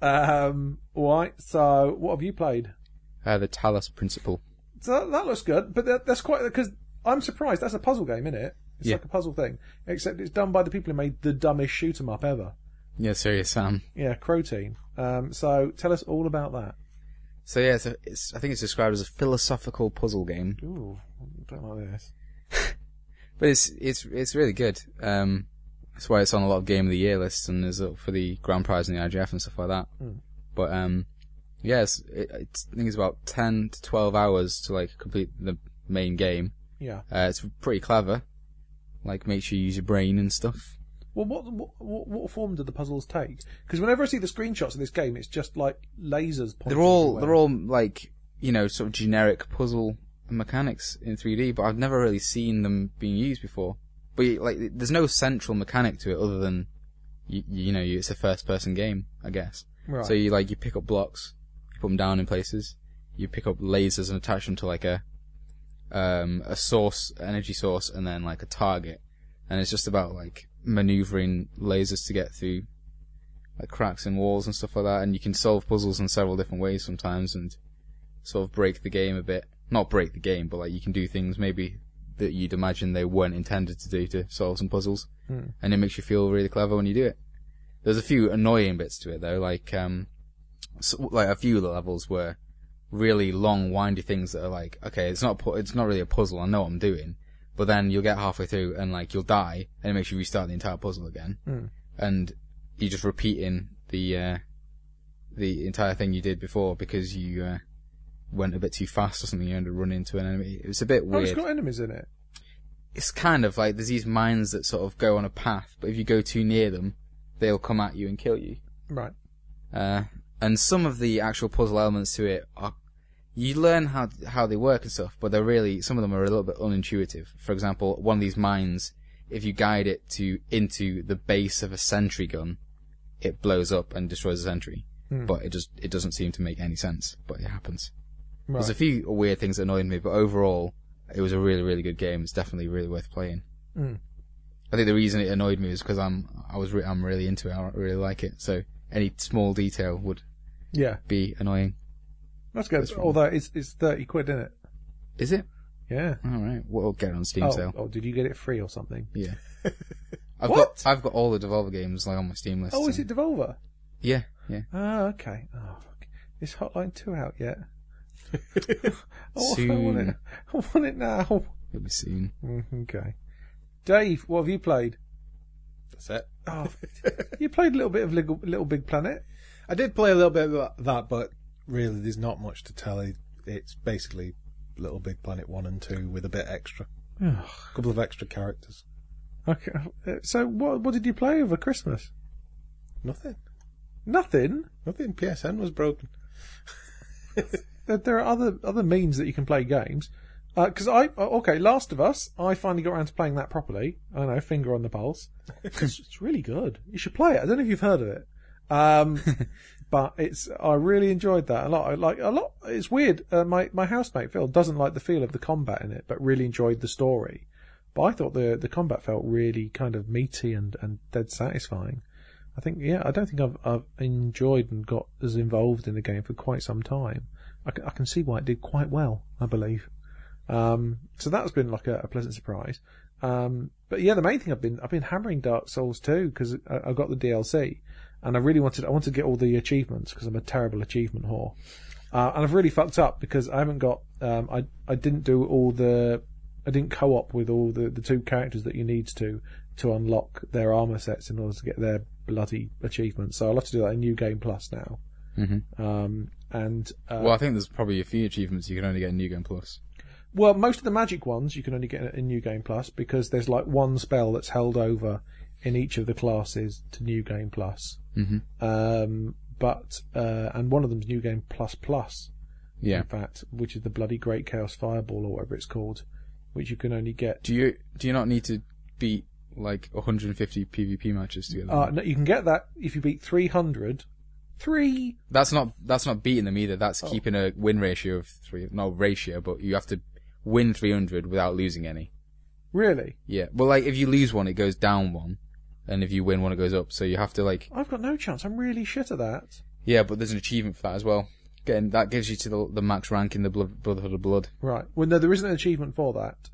Speaker 1: Um, right, so what have you played?
Speaker 3: Uh, the Talos Principle.
Speaker 1: So that, that looks good, but that, that's quite because I'm surprised. That's a puzzle game, isn't it? It's
Speaker 3: Yeah.
Speaker 1: like a puzzle thing, except it's done by the people who made the dumbest shoot 'em up ever.
Speaker 3: Yeah, serious Sam.
Speaker 1: Yeah, Crow Team. Um, so tell us all about that.
Speaker 3: So yeah, it's, a, it's I think it's described as a philosophical puzzle game.
Speaker 1: Ooh, don't like this.
Speaker 3: But it's it's it's really good. Um, that's why it's on a lot of game of the year lists and is up for the grand prize in the IGF and stuff like that. But um, yeah, it's, it, it's, I think it's about ten to twelve hours to like complete the main game.
Speaker 1: Yeah.
Speaker 3: Uh, it's pretty clever. Like, make sure you use your brain and stuff.
Speaker 1: Well, what what, what, what form do the puzzles take? Because whenever I see the screenshots of this game, it's just like lasers. pointing
Speaker 3: They're all
Speaker 1: everywhere.
Speaker 3: they're all like you know sort of generic puzzle mechanics in 3D, but I've never really seen them being used before. But like, there's no central mechanic to it other than you, you know you, it's a first-person game, I guess.
Speaker 1: Right.
Speaker 3: So you like you pick up blocks, you put them down in places. You pick up lasers and attach them to like a um, a source, energy source, and then like a target. And it's just about like maneuvering lasers to get through like cracks in walls and stuff like that. And you can solve puzzles in several different ways sometimes, and sort of break the game a bit. Not break the game, but like you can do things maybe that you'd imagine they weren't intended to do to solve some puzzles. And it makes you feel really clever when you do it. There's a few annoying bits to it though, like um, so, like a few levels were really long, windy things that are like, okay, it's not pu- it's not really a puzzle. I know what I'm doing, but then you'll get halfway through and like you'll die, and it makes you restart the entire puzzle again, and you're just repeating the uh, the entire thing you did before because you uh, went a bit too fast or something. You ended up running into an enemy. It was a bit
Speaker 1: Oh,
Speaker 3: weird
Speaker 1: it's got enemies in it.
Speaker 3: it's kind of like there's these mines that sort of go on a path, but if you go too near them, they'll come at you and kill you.
Speaker 1: Right.
Speaker 3: Uh, and some of the actual puzzle elements to it are you learn how how they work and stuff, but they're really some of them are a little bit unintuitive. For example, one of these mines, if you guide it to into the base of a sentry gun, it blows up and destroys the sentry. But it just it doesn't seem to make any sense, but it happens. There's a
Speaker 1: Right.
Speaker 3: few weird things that annoyed me, but overall, it was a really, really good game. It's definitely really worth playing.
Speaker 1: Mm.
Speaker 3: I think the reason it annoyed me is because I'm I was re- I'm really into it. I really like it. So any small detail would
Speaker 1: Yeah.
Speaker 3: be annoying.
Speaker 1: That's good.
Speaker 3: That's right.
Speaker 1: Although it's it's thirty quid, isn't it?
Speaker 3: Is it?
Speaker 1: Yeah.
Speaker 3: All right. We'll get it on Steam
Speaker 1: Oh,
Speaker 3: sale.
Speaker 1: oh, did you get it free or something?
Speaker 3: Yeah. I've
Speaker 1: What?
Speaker 3: got I've got all the Devolver games like on my Steam list.
Speaker 1: Oh, is
Speaker 3: so-
Speaker 1: it Devolver?
Speaker 3: Yeah, yeah.
Speaker 1: Oh, okay. Oh, fuck. Is Hotline 2 out yet? oh, I want
Speaker 3: Soon.
Speaker 1: it. I want it now.
Speaker 3: It'll be soon.
Speaker 1: Mm, Okay. Dave, what have you played?
Speaker 2: That's it.
Speaker 1: Oh, you played a little bit of Little, little Big Planet.
Speaker 2: I did play a little bit of that, but really, there's not much to tell. It- It's basically Little Big Planet one and two with a bit extra,
Speaker 1: Ugh.
Speaker 2: a couple of extra characters.
Speaker 1: Okay. uh, So what what did you play over Christmas?
Speaker 2: Nothing.
Speaker 1: Nothing.
Speaker 2: Nothing. PSN was broken.
Speaker 1: There- There are other other means that you can play games. Because I uh, okay, Last of Us. I finally got around to playing that properly. I know, finger on the pulse. it's, it's really good. You should play it. I don't know if you've heard of it, um, but it's. I really enjoyed that a lot. I like a lot. It's weird. Uh, my my housemate Phil doesn't like the feel of the combat in it, but really enjoyed the story. But I thought the the combat felt really kind of meaty and and dead satisfying. I think yeah. I don't think I've I've enjoyed and got as involved in the game for quite some time. I can, I can see why it did quite well, I believe. Um, so that's been like a, a pleasant surprise. Um, but yeah, the main thing I've been I've been hammering Dark Souls 2 because I, I got the DLC, and I really wanted I wanted to get all the achievements because I'm a terrible achievement whore, uh, and I've really fucked up because I haven't got um, I I didn't do all the I didn't co-op with all the, the two characters that you need to to unlock their armor sets in order to get their bloody achievements. So I'll have to do that in New Game Plus now.
Speaker 3: Mhm.
Speaker 1: Um, uh, and uh,
Speaker 3: Well, I think there's probably a few achievements you can only get in New Game Plus.
Speaker 1: Well, most of the magic ones you can only get in New Game Plus because there's like one spell that's held over in each of the classes to New Game Plus.
Speaker 3: Mm-hmm.
Speaker 1: Um, but uh, and one of them's New Game Plus Plus,
Speaker 3: Yeah.
Speaker 1: in fact, which is the bloody Great Chaos Fireball or whatever it's called, which you can only get.
Speaker 3: Do you do you not need to beat like 150 PvP matches together?
Speaker 1: Uh, no, you can get that if you beat 300. Three.
Speaker 3: that's not that's not beating them either.
Speaker 1: Oh.
Speaker 3: That's keeping a win ratio of three. Not ratio, but you have to win 300 without losing any.
Speaker 1: Really?
Speaker 3: Yeah. Well, like if you lose one, it goes down one, and if you win one, it goes up. So you have to like
Speaker 1: I've got no chance. I'm really shit at that.
Speaker 3: yeah. But there's an achievement for that as well. Getting that gives you to the, the max rank in the Blo- Brotherhood of Blood.
Speaker 1: Right. Well, no, there isn't an achievement for that.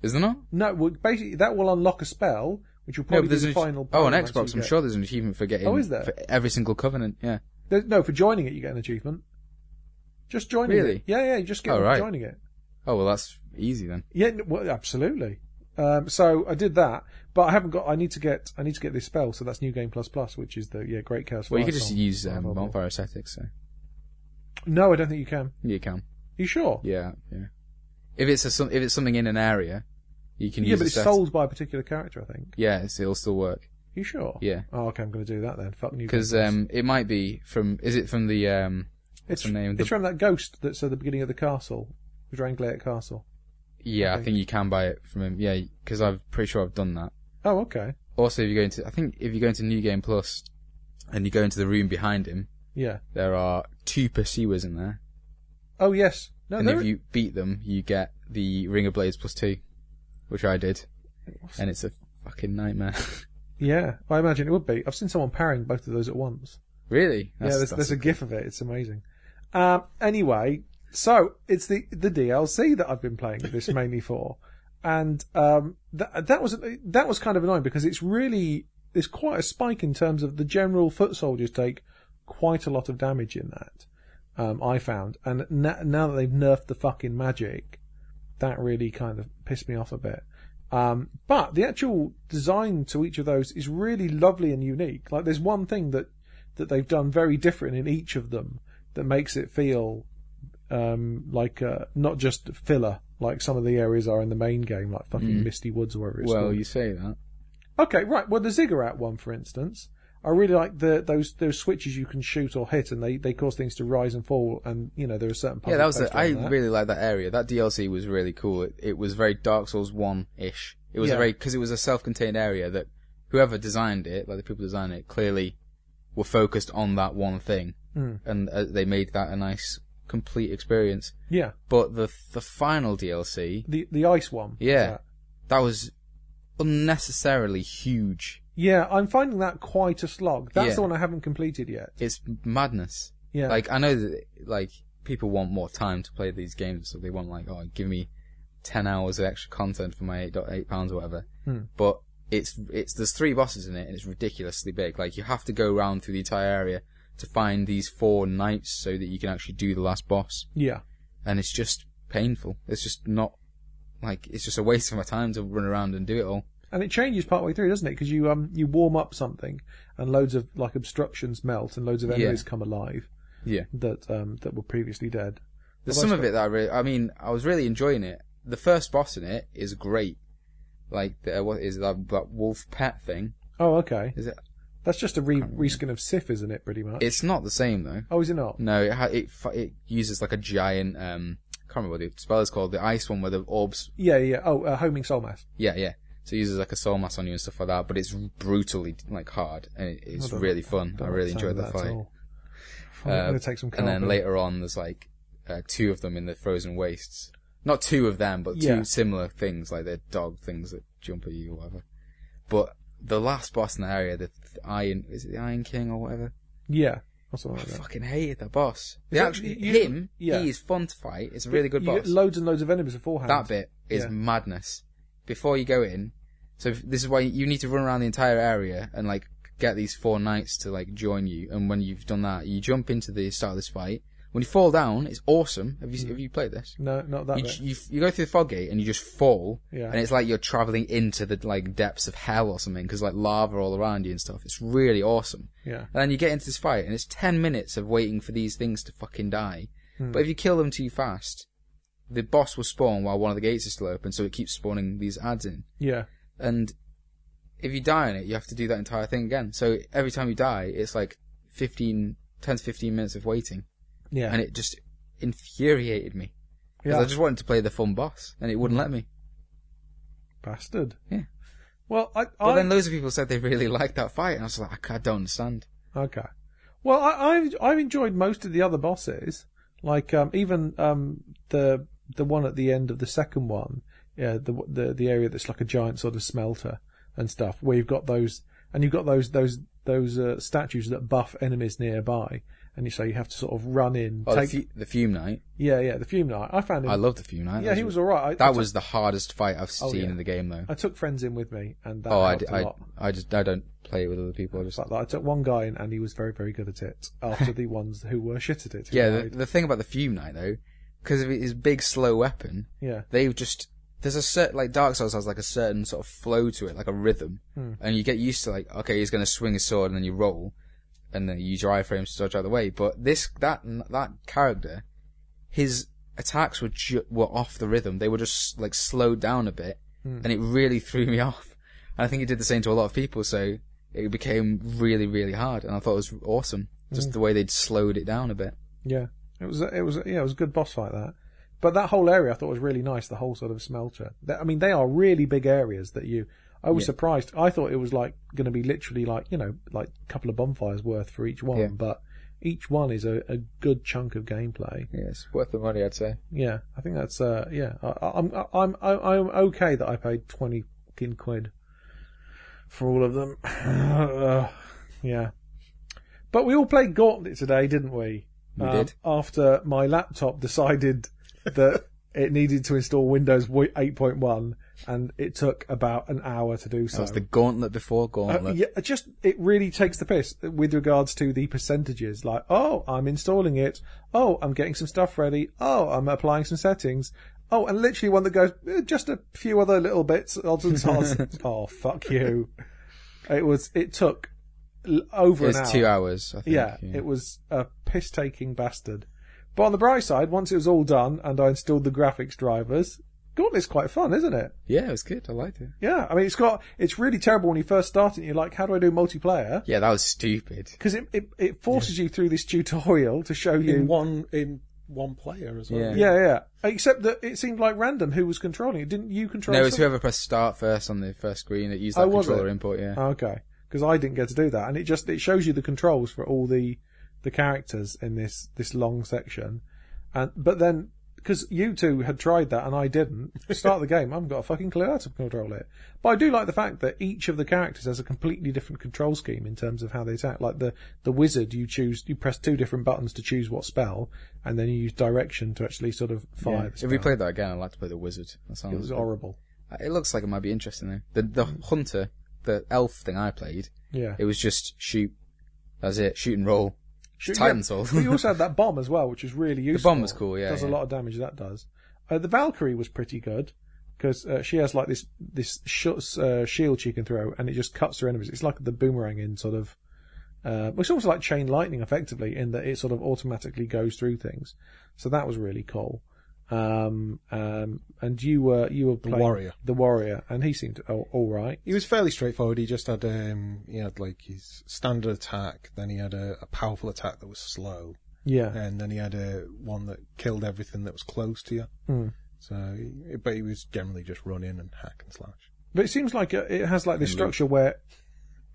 Speaker 3: Is there not?
Speaker 1: No, well, basically that will unlock a spell, which will
Speaker 3: No,
Speaker 1: probably be
Speaker 3: but there's
Speaker 1: the
Speaker 3: an,
Speaker 1: final.
Speaker 3: oh, on
Speaker 1: bonus you
Speaker 3: Xbox, I'm
Speaker 1: get.
Speaker 3: sure there's an achievement for getting
Speaker 1: Oh, is there?
Speaker 3: for every single covenant. Yeah.
Speaker 1: There- no, for joining it, you get an achievement. Just joining
Speaker 3: Really?
Speaker 1: it. Yeah, yeah, you just get
Speaker 3: Oh,
Speaker 1: one for
Speaker 3: right.
Speaker 1: joining it.
Speaker 3: Oh well, that's easy then.
Speaker 1: Yeah, n- well, absolutely. Um, so I did that, but I haven't got. I need to get. I need to get this spell. So that's new game plus plus, which is the yeah great chaos.
Speaker 3: Well, you
Speaker 1: Fire
Speaker 3: could just
Speaker 1: Song.
Speaker 3: use um,
Speaker 1: Fireball.
Speaker 3: bonfire aesthetics. So
Speaker 1: No, I don't think you can.
Speaker 3: you can.
Speaker 1: You sure?
Speaker 3: Yeah, yeah. If it's a som- if it's something in an area, you can
Speaker 1: yeah
Speaker 3: use.
Speaker 1: but
Speaker 3: a
Speaker 1: it's
Speaker 3: set-
Speaker 1: sold by a particular character, I think.
Speaker 3: Yeah, it's, it'll still work
Speaker 1: You sure?
Speaker 3: Yeah.
Speaker 1: Oh, okay, I'm going to do that then. Fuck new. Game
Speaker 3: because
Speaker 1: Plus.
Speaker 3: um, it might be from. Is it from the um?
Speaker 1: it's,
Speaker 3: the name?
Speaker 1: it's
Speaker 3: The-
Speaker 1: from that ghost that's at the beginning of the castle, Drangleic Castle.
Speaker 3: Yeah, I
Speaker 1: Okay.
Speaker 3: think you can buy it from him. Yeah, because I'm pretty sure I've done that.
Speaker 1: Oh, okay.
Speaker 3: Also, if you go into, I think if you go into New Game Plus, and you go into the room behind him,
Speaker 1: Yeah.
Speaker 3: there are two pursuers in there,
Speaker 1: Oh yes. No,
Speaker 3: and
Speaker 1: there
Speaker 3: if you beat them, you get the Ring of Blades plus two, which I did, and it's a fucking nightmare.
Speaker 1: Yeah, I imagine it would be. I've seen someone parrying both of those at once.
Speaker 3: really?
Speaker 1: yeah, there's, there's a gif of it. It's amazing. Um, anyway, so it's the the DLC that I've been playing this mainly for, and um, that that was that was kind of annoying because it's really there's quite a spike in terms of the general foot soldiers take quite a lot of damage in that. Um, I found, and na- now that they've nerfed the fucking magic, that really kind of pissed me off a bit. Um, but the actual design to each of those is really lovely and unique. Like there's one thing that that they've done very different in each of them that makes it feel um, like uh, not just filler, like some of the areas are in the main game, like fucking Misty Woods or whatever it's
Speaker 3: Mm. well,
Speaker 1: called.
Speaker 3: you say that.
Speaker 1: Okay, right. Well, the ziggurat one, for instance, I really like the those those switches you can shoot or hit, and they, they cause things to rise and fall, and you know there are certain
Speaker 3: Yeah, that was.
Speaker 1: puzzles
Speaker 3: The,
Speaker 1: based
Speaker 3: I
Speaker 1: around that.
Speaker 3: really liked that area. That DLC was really cool. It, it was very Dark Souls one ish. It was
Speaker 1: Yeah.
Speaker 3: a very because it was a self-contained area that whoever designed it, like the people designed it, clearly were focused on that one thing,
Speaker 1: Mm.
Speaker 3: and uh, they made that a nice complete experience.
Speaker 1: yeah
Speaker 3: But the the final DLC,
Speaker 1: the the ice one
Speaker 3: yeah. that was unnecessarily huge.
Speaker 1: yeah I'm finding that quite a slog. That's
Speaker 3: Yeah.
Speaker 1: the one I haven't completed yet.
Speaker 3: It's madness.
Speaker 1: Yeah,
Speaker 3: Like I know that like people want more time to play these games, so they want like oh give me ten hours of extra content for my eight eight pounds or whatever.
Speaker 1: Hmm.
Speaker 3: But it's it's there's three bosses in it and it's ridiculously big. Like you have to go round through the entire area to find these four knights so that you can actually do the last boss,
Speaker 1: yeah,
Speaker 3: and it's just painful. It's just not like it's just a waste of my time to run around and do it all.
Speaker 1: and it changes partway through, doesn't it? Because you um you warm up something, and loads of like obstructions melt, and loads of
Speaker 3: Yeah.
Speaker 1: enemies come alive
Speaker 3: Yeah.
Speaker 1: that um that were previously dead.
Speaker 3: There's
Speaker 1: Well,
Speaker 3: some
Speaker 1: that's
Speaker 3: of it that I really, I mean, I was really enjoying it. The first boss in it is great. Like, the, uh, what is that, that wolf pet thing?
Speaker 1: Oh, okay.
Speaker 3: Is it?
Speaker 1: That's just a re- reskin of Sif, isn't it? Pretty much.
Speaker 3: It's not the same though.
Speaker 1: oh, is it not?
Speaker 3: No, it ha- it fu- it uses like a giant um, can't remember what the spell is called. The ice one where the orbs.
Speaker 1: Yeah, yeah. Oh, uh, homing soul mass.
Speaker 3: Yeah, yeah. So it uses like a soul mass on you and stuff like that. But it's brutally like hard and it,
Speaker 1: I
Speaker 3: it's
Speaker 1: don't-
Speaker 3: really fun. I
Speaker 1: don't
Speaker 3: really
Speaker 1: like the
Speaker 3: enjoyed that
Speaker 1: sound of
Speaker 3: fight. Uh,
Speaker 1: at all. I'm going to take some
Speaker 3: and then
Speaker 1: carbon.
Speaker 3: later on, there's like uh, two of them in the frozen wastes. Not two of them, but
Speaker 1: Yeah.
Speaker 3: two similar things, like they're dog things that jump at you or whatever. But the last boss in the area, the th- Iron, is it the Iron King or whatever?
Speaker 1: Yeah. Or something like
Speaker 3: I
Speaker 1: that.
Speaker 3: fucking hated that boss.
Speaker 1: Is
Speaker 3: The
Speaker 1: that-
Speaker 3: actually,
Speaker 1: you-
Speaker 3: him,
Speaker 1: yeah.
Speaker 3: he is fun to fight. It's a really good
Speaker 1: you
Speaker 3: boss.
Speaker 1: Get loads and loads of enemies beforehand.
Speaker 3: That bit is
Speaker 1: Yeah.
Speaker 3: madness. Before you go in, so if- this is why you need to run around the entire area and like get these four knights to like join you. And when you've done that, you jump into the start of this fight. When you fall down, it's awesome. Have you have you played this?
Speaker 1: No, Hmm. not that
Speaker 3: You,
Speaker 1: bit.
Speaker 3: you you go through the fog gate and you just fall,
Speaker 1: Yeah.
Speaker 3: and it's like you're traveling into the like depths of hell or something because like lava all around you and stuff. It's really awesome.
Speaker 1: Yeah.
Speaker 3: And then you get into this fight,
Speaker 1: Hmm.
Speaker 3: and it's 10 minutes of waiting for these things to fucking die. But if you kill them too fast, the boss will spawn while one of the gates is still open, so it keeps spawning these ads in.
Speaker 1: Yeah.
Speaker 3: And if you die in it, you have to do that entire thing again. So every time you die, it's like 15, 10 to 15 minutes of waiting.
Speaker 1: Yeah.
Speaker 3: And it just infuriated me. Because
Speaker 1: yeah.
Speaker 3: I just wanted to play the fun boss, and it wouldn't let me.
Speaker 1: Bastard.
Speaker 3: Yeah.
Speaker 1: Well, I.
Speaker 3: But
Speaker 1: I
Speaker 3: then loads of people said they really liked that fight, and I was like, I ca- I don't understand.
Speaker 1: okay. Well, I, I've I've enjoyed most of the other bosses, like um, even um, the the one at the end of the second one, yeah, the the the area that's like a giant sort of smelter and stuff, where you've got those and you've got those those those uh, statues that buff enemies nearby, and you so you have to sort of run in,
Speaker 3: Oh,
Speaker 1: take
Speaker 3: the, fu- the Fume Knight.
Speaker 1: yeah yeah the fume knight. I found him.
Speaker 3: I loved the Fume Knight.
Speaker 1: yeah, he was all right. I, I
Speaker 3: That
Speaker 1: took-
Speaker 3: was the hardest fight I've
Speaker 1: Oh,
Speaker 3: seen
Speaker 1: yeah.
Speaker 3: in the game, though.
Speaker 1: I took friends in with me, and that
Speaker 3: oh, I,
Speaker 1: helped
Speaker 3: d-
Speaker 1: a
Speaker 3: I,
Speaker 1: lot.
Speaker 3: I just I don't play it with other people. I just
Speaker 1: It's like that. I took one guy in, and he was very, very good at it. After the ones who were shit at it, who
Speaker 3: yeah. The,
Speaker 1: died.
Speaker 3: the thing about the Fume Knight though, because of his big slow weapon,
Speaker 1: yeah,
Speaker 3: they've just there's a certain like Dark Souls has like a certain sort of flow to it, like a rhythm, and you get used to like okay, he's gonna swing his sword and then you roll, and then you use your iframes to dodge out of the way. But this that that character, his attacks were ju- were off the rhythm. They were just like slowed down a bit, and it really threw me off. And I think it did the same to a lot of people, so it became really really hard. And I thought it was awesome, just the way they'd slowed it down a bit.
Speaker 1: yeah. It was, it was, yeah, it was a good boss fight that. But that whole area I thought was really nice. The whole sort of smelter. That- I mean, they are really big areas that you. I was
Speaker 3: Yeah.
Speaker 1: surprised. I thought it was like going to be literally like you know like a couple of bonfires worth for each one,
Speaker 3: Yeah.
Speaker 1: but each one is a, a good chunk of gameplay.
Speaker 3: Yeah, it's worth the money, I'd say.
Speaker 1: Yeah, I think that's uh yeah. I, I- I'm I- I'm I- I'm okay that I paid twenty fucking quid for all of them. Ugh, yeah, but we all played Gauntlet today, didn't we? Um,
Speaker 3: We did.
Speaker 1: After my laptop decided that it needed to install Windows wi- 8.1, and it took about an hour to do so.
Speaker 3: That was the gauntlet before
Speaker 1: Uh,
Speaker 3: gauntlet.
Speaker 1: yeah, it just it really takes the piss with regards to the percentages. Like, oh, I'm installing it. Oh, I'm getting some stuff ready. Oh, I'm applying some settings. Oh, and literally one that goes eh, just a few other little bits, odds and sods. oh, fuck you! It was. It took l- over
Speaker 3: It's
Speaker 1: an hour.
Speaker 3: two hours, I think.
Speaker 1: Yeah, it was a piss taking bastard. But on the bright side, once it was all done and I installed the graphics drivers, Gauntlet's quite fun, isn't it?
Speaker 3: Yeah, it was good. I liked it.
Speaker 1: Yeah, I mean, it's got it's really terrible when you first start it. And you're like, how do I do multiplayer?
Speaker 3: Yeah, that was stupid.
Speaker 1: Because it, it it forces you through this tutorial to show
Speaker 2: in
Speaker 1: you.
Speaker 2: one in one player as well.
Speaker 3: Yeah.
Speaker 1: Yeah, yeah. Except that it seemed like random who was controlling it. Didn't you control?
Speaker 3: No, it was
Speaker 1: something?
Speaker 3: whoever pressed start first on the first screen that used
Speaker 1: Oh,
Speaker 3: that
Speaker 1: was
Speaker 3: controller
Speaker 1: it?
Speaker 3: input. Yeah,
Speaker 1: Okay, because I didn't get to do that, and it just it shows you the controls for all the the characters in this this long section, and but then because you two had tried that and I didn't start the game, I haven't got a fucking clue how to control it. But I do like the fact that each of the characters has a completely different control scheme in terms of how they attack. Like the the wizard, you choose you press two different buttons to choose what spell, and then you use direction to actually sort of fire.
Speaker 3: Yeah.
Speaker 1: The
Speaker 3: If
Speaker 1: spell.
Speaker 3: we played that again, I'd like to play the wizard. That sounds.
Speaker 1: it was horrible.
Speaker 3: it looks like it might be interesting though. The the hunter, the elf thing I played,
Speaker 1: Yeah,
Speaker 3: it was just shoot. That's it. Shoot and roll.
Speaker 1: Shoot-
Speaker 3: Titan's all.
Speaker 1: but you also had that bomb as well, which is really useful.
Speaker 3: bomb was cool, yeah,
Speaker 1: does a
Speaker 3: yeah.
Speaker 1: lot of damage. That does. Uh, the Valkyrie was pretty good because uh, she has like this this sh- uh, shield she can throw, and it just cuts through enemies. It's like the boomerang in sort of. Uh, it's almost like chain lightning, effectively, in that it sort of automatically goes through things. So that was really cool. Um, um, and you were you were playing
Speaker 2: warrior.
Speaker 1: the warrior, and he seemed all, all right.
Speaker 2: He was fairly straightforward. He just had um, he had like his standard attack, then he had a, a powerful attack that was slow,
Speaker 1: Yeah,
Speaker 2: and then he had a one that killed everything that was close to you.
Speaker 1: Hmm.
Speaker 2: So, he- but he was generally just running and hack and slash.
Speaker 1: But it seems like uh, it it has like this structure where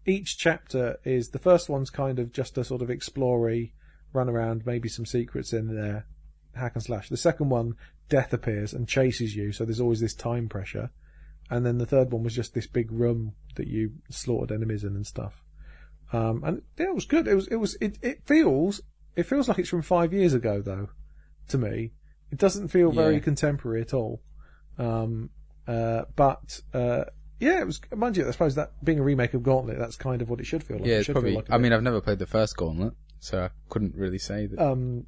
Speaker 1: each chapter is the first one's kind of just a sort of explory, run around, maybe some secrets in there, hack and slash. The second one, death appears and chases you, so there's always this time pressure. And then the third one was just this big room that you slaughtered enemies in and stuff. Um, and yeah, it was good. It was, it was, it, it feels, it feels like it's from five years ago though, to me. It doesn't feel very
Speaker 3: Yeah.
Speaker 1: contemporary at all. Um, uh, but uh, yeah, it was. Mind you, I suppose that being a remake of Gauntlet, that's kind of what it should feel like.
Speaker 3: yeah,
Speaker 1: it
Speaker 3: it's
Speaker 1: should
Speaker 3: probably.
Speaker 1: Feel like a
Speaker 3: I
Speaker 1: bit-
Speaker 3: mean, I've never played the first gauntlet, so I couldn't really say that.
Speaker 1: um,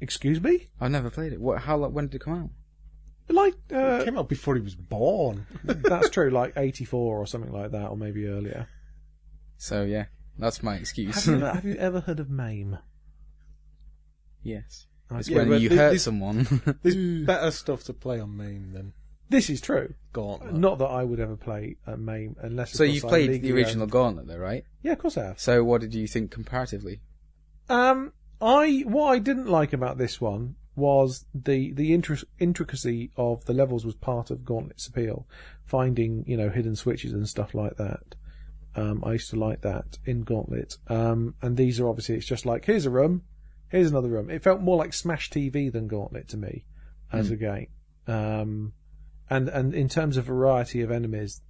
Speaker 1: excuse me,
Speaker 3: I've never played it. What? How? lo- When did it come out?
Speaker 1: like
Speaker 2: It
Speaker 1: uh,
Speaker 2: came out before he was born.
Speaker 1: that's true, like eighty four or something like that, or maybe earlier.
Speaker 3: So yeah, that's my excuse.
Speaker 1: Have you, ever, have you ever heard of MAME?
Speaker 3: yes. It's
Speaker 2: Yeah,
Speaker 3: when
Speaker 2: but
Speaker 3: you
Speaker 2: thi-
Speaker 3: hurt
Speaker 2: this-
Speaker 3: someone.
Speaker 2: There's
Speaker 1: Hmm.
Speaker 2: better stuff to play on MAME than
Speaker 1: This is true.
Speaker 2: Gauntlet.
Speaker 1: Not that I would ever play a MAME unless. of
Speaker 3: so
Speaker 1: course,
Speaker 3: you've
Speaker 1: I
Speaker 3: played the
Speaker 1: legally
Speaker 3: original
Speaker 1: owned-
Speaker 3: Gauntlet, though, right?
Speaker 1: Yeah, of course I have.
Speaker 3: So what did you think comparatively?
Speaker 1: Um, I what I didn't like about this one was the the intric- intricacy of the levels was part of Gauntlet's appeal, finding you know hidden switches and stuff like that. Um, I used to like that in Gauntlet. Um, and these are obviously it's just like here's a room, here's another room. It felt more like Smash TV than Gauntlet to me as a game. Um, and and in terms of variety of enemies,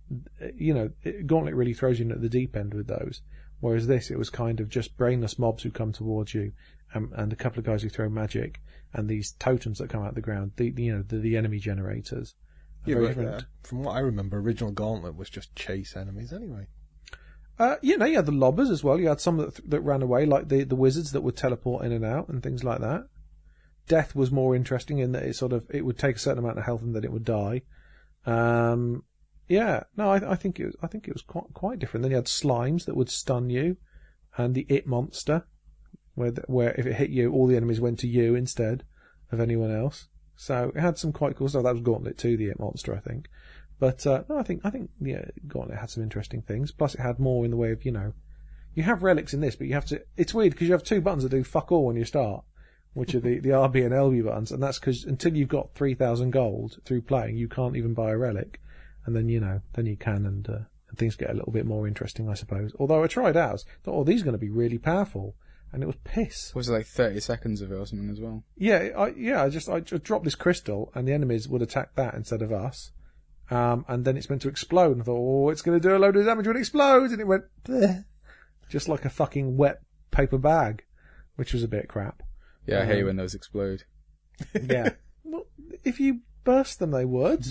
Speaker 1: you know, it- Gauntlet really throws you in at the deep end with those. Whereas this, it was kind of just brainless mobs who come towards you, and, and a couple of guys who throw magic, and these totems that come out of the ground. The you know the, the enemy generators. Are
Speaker 2: Yeah,
Speaker 1: very
Speaker 2: but, uh,
Speaker 1: different.
Speaker 2: from what I remember, original Gauntlet was just chase enemies anyway.
Speaker 1: Uh, you know, you had the lobbers as well. You had some that, that ran away, like the, the wizards that would teleport in and out and things like that. Death was more interesting in that it sort of it would take a certain amount of health and then it would die. Um, yeah, no, I, I think it was I think it was quite quite different. Then you had slimes that would stun you, and the it monster, where the, where if it hit you, all the enemies went to you instead of anyone else. So it had some quite cool stuff. That was Gauntlet 2, the it monster, I think. But uh, no, I think I think yeah, Gauntlet had some interesting things. Plus, it had more in the way of you know, you have relics in this, but you have to. It's weird because you have two buttons that do fuck all when you start, which are the, the RB and LB buttons, and that's because until you've got three thousand gold through playing, you can't even buy a relic, and then you know then you can and. Uh, and things get a little bit more interesting, I suppose. Although I tried ours, thought, oh, these are going to be really powerful, and it was piss.
Speaker 3: Was it like 30 seconds of it or something as well?
Speaker 1: Yeah, I, yeah, I just I just dropped this crystal, and the enemies would attack that instead of us. Um, and then it's meant to explode, and I thought, oh, it's going to do a load of damage when it explodes, and it went bleh, just like a fucking wet paper bag, which was a bit crap.
Speaker 3: Yeah, I
Speaker 2: Um,
Speaker 3: hate when those explode.
Speaker 1: Yeah, well, if you burst them, they would.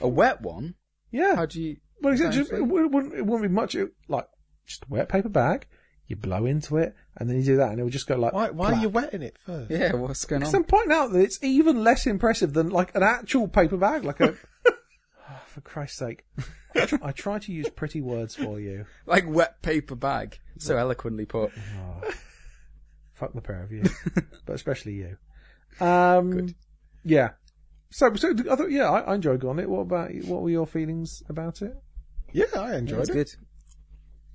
Speaker 3: A wet one?
Speaker 1: Yeah,
Speaker 3: How do you...
Speaker 1: Well, exactly. Just,
Speaker 3: Exactly.
Speaker 1: it, wou- wouldn't, it wouldn't be much. It, like just a wet paper bag, you blow into it, and then you do that, and it would just go like.
Speaker 2: Why, why
Speaker 1: plap.
Speaker 2: are you wetting it first?
Speaker 3: Yeah, what's going
Speaker 1: Because
Speaker 3: on?
Speaker 1: I'm pointing out that it's even less impressive than like an actual paper bag, like a. Oh, for Christ's sake, I, tr- I try to use pretty words for you.
Speaker 3: Like wet paper bag. So eloquently put.
Speaker 1: Oh, Fuck the pair of you, but especially you. Um, Yeah. So, so I thought, yeah, I, I enjoyed Gauntlet. What about you- what were your feelings about it?
Speaker 2: Yeah, I enjoyed
Speaker 3: It's
Speaker 2: it.
Speaker 3: good.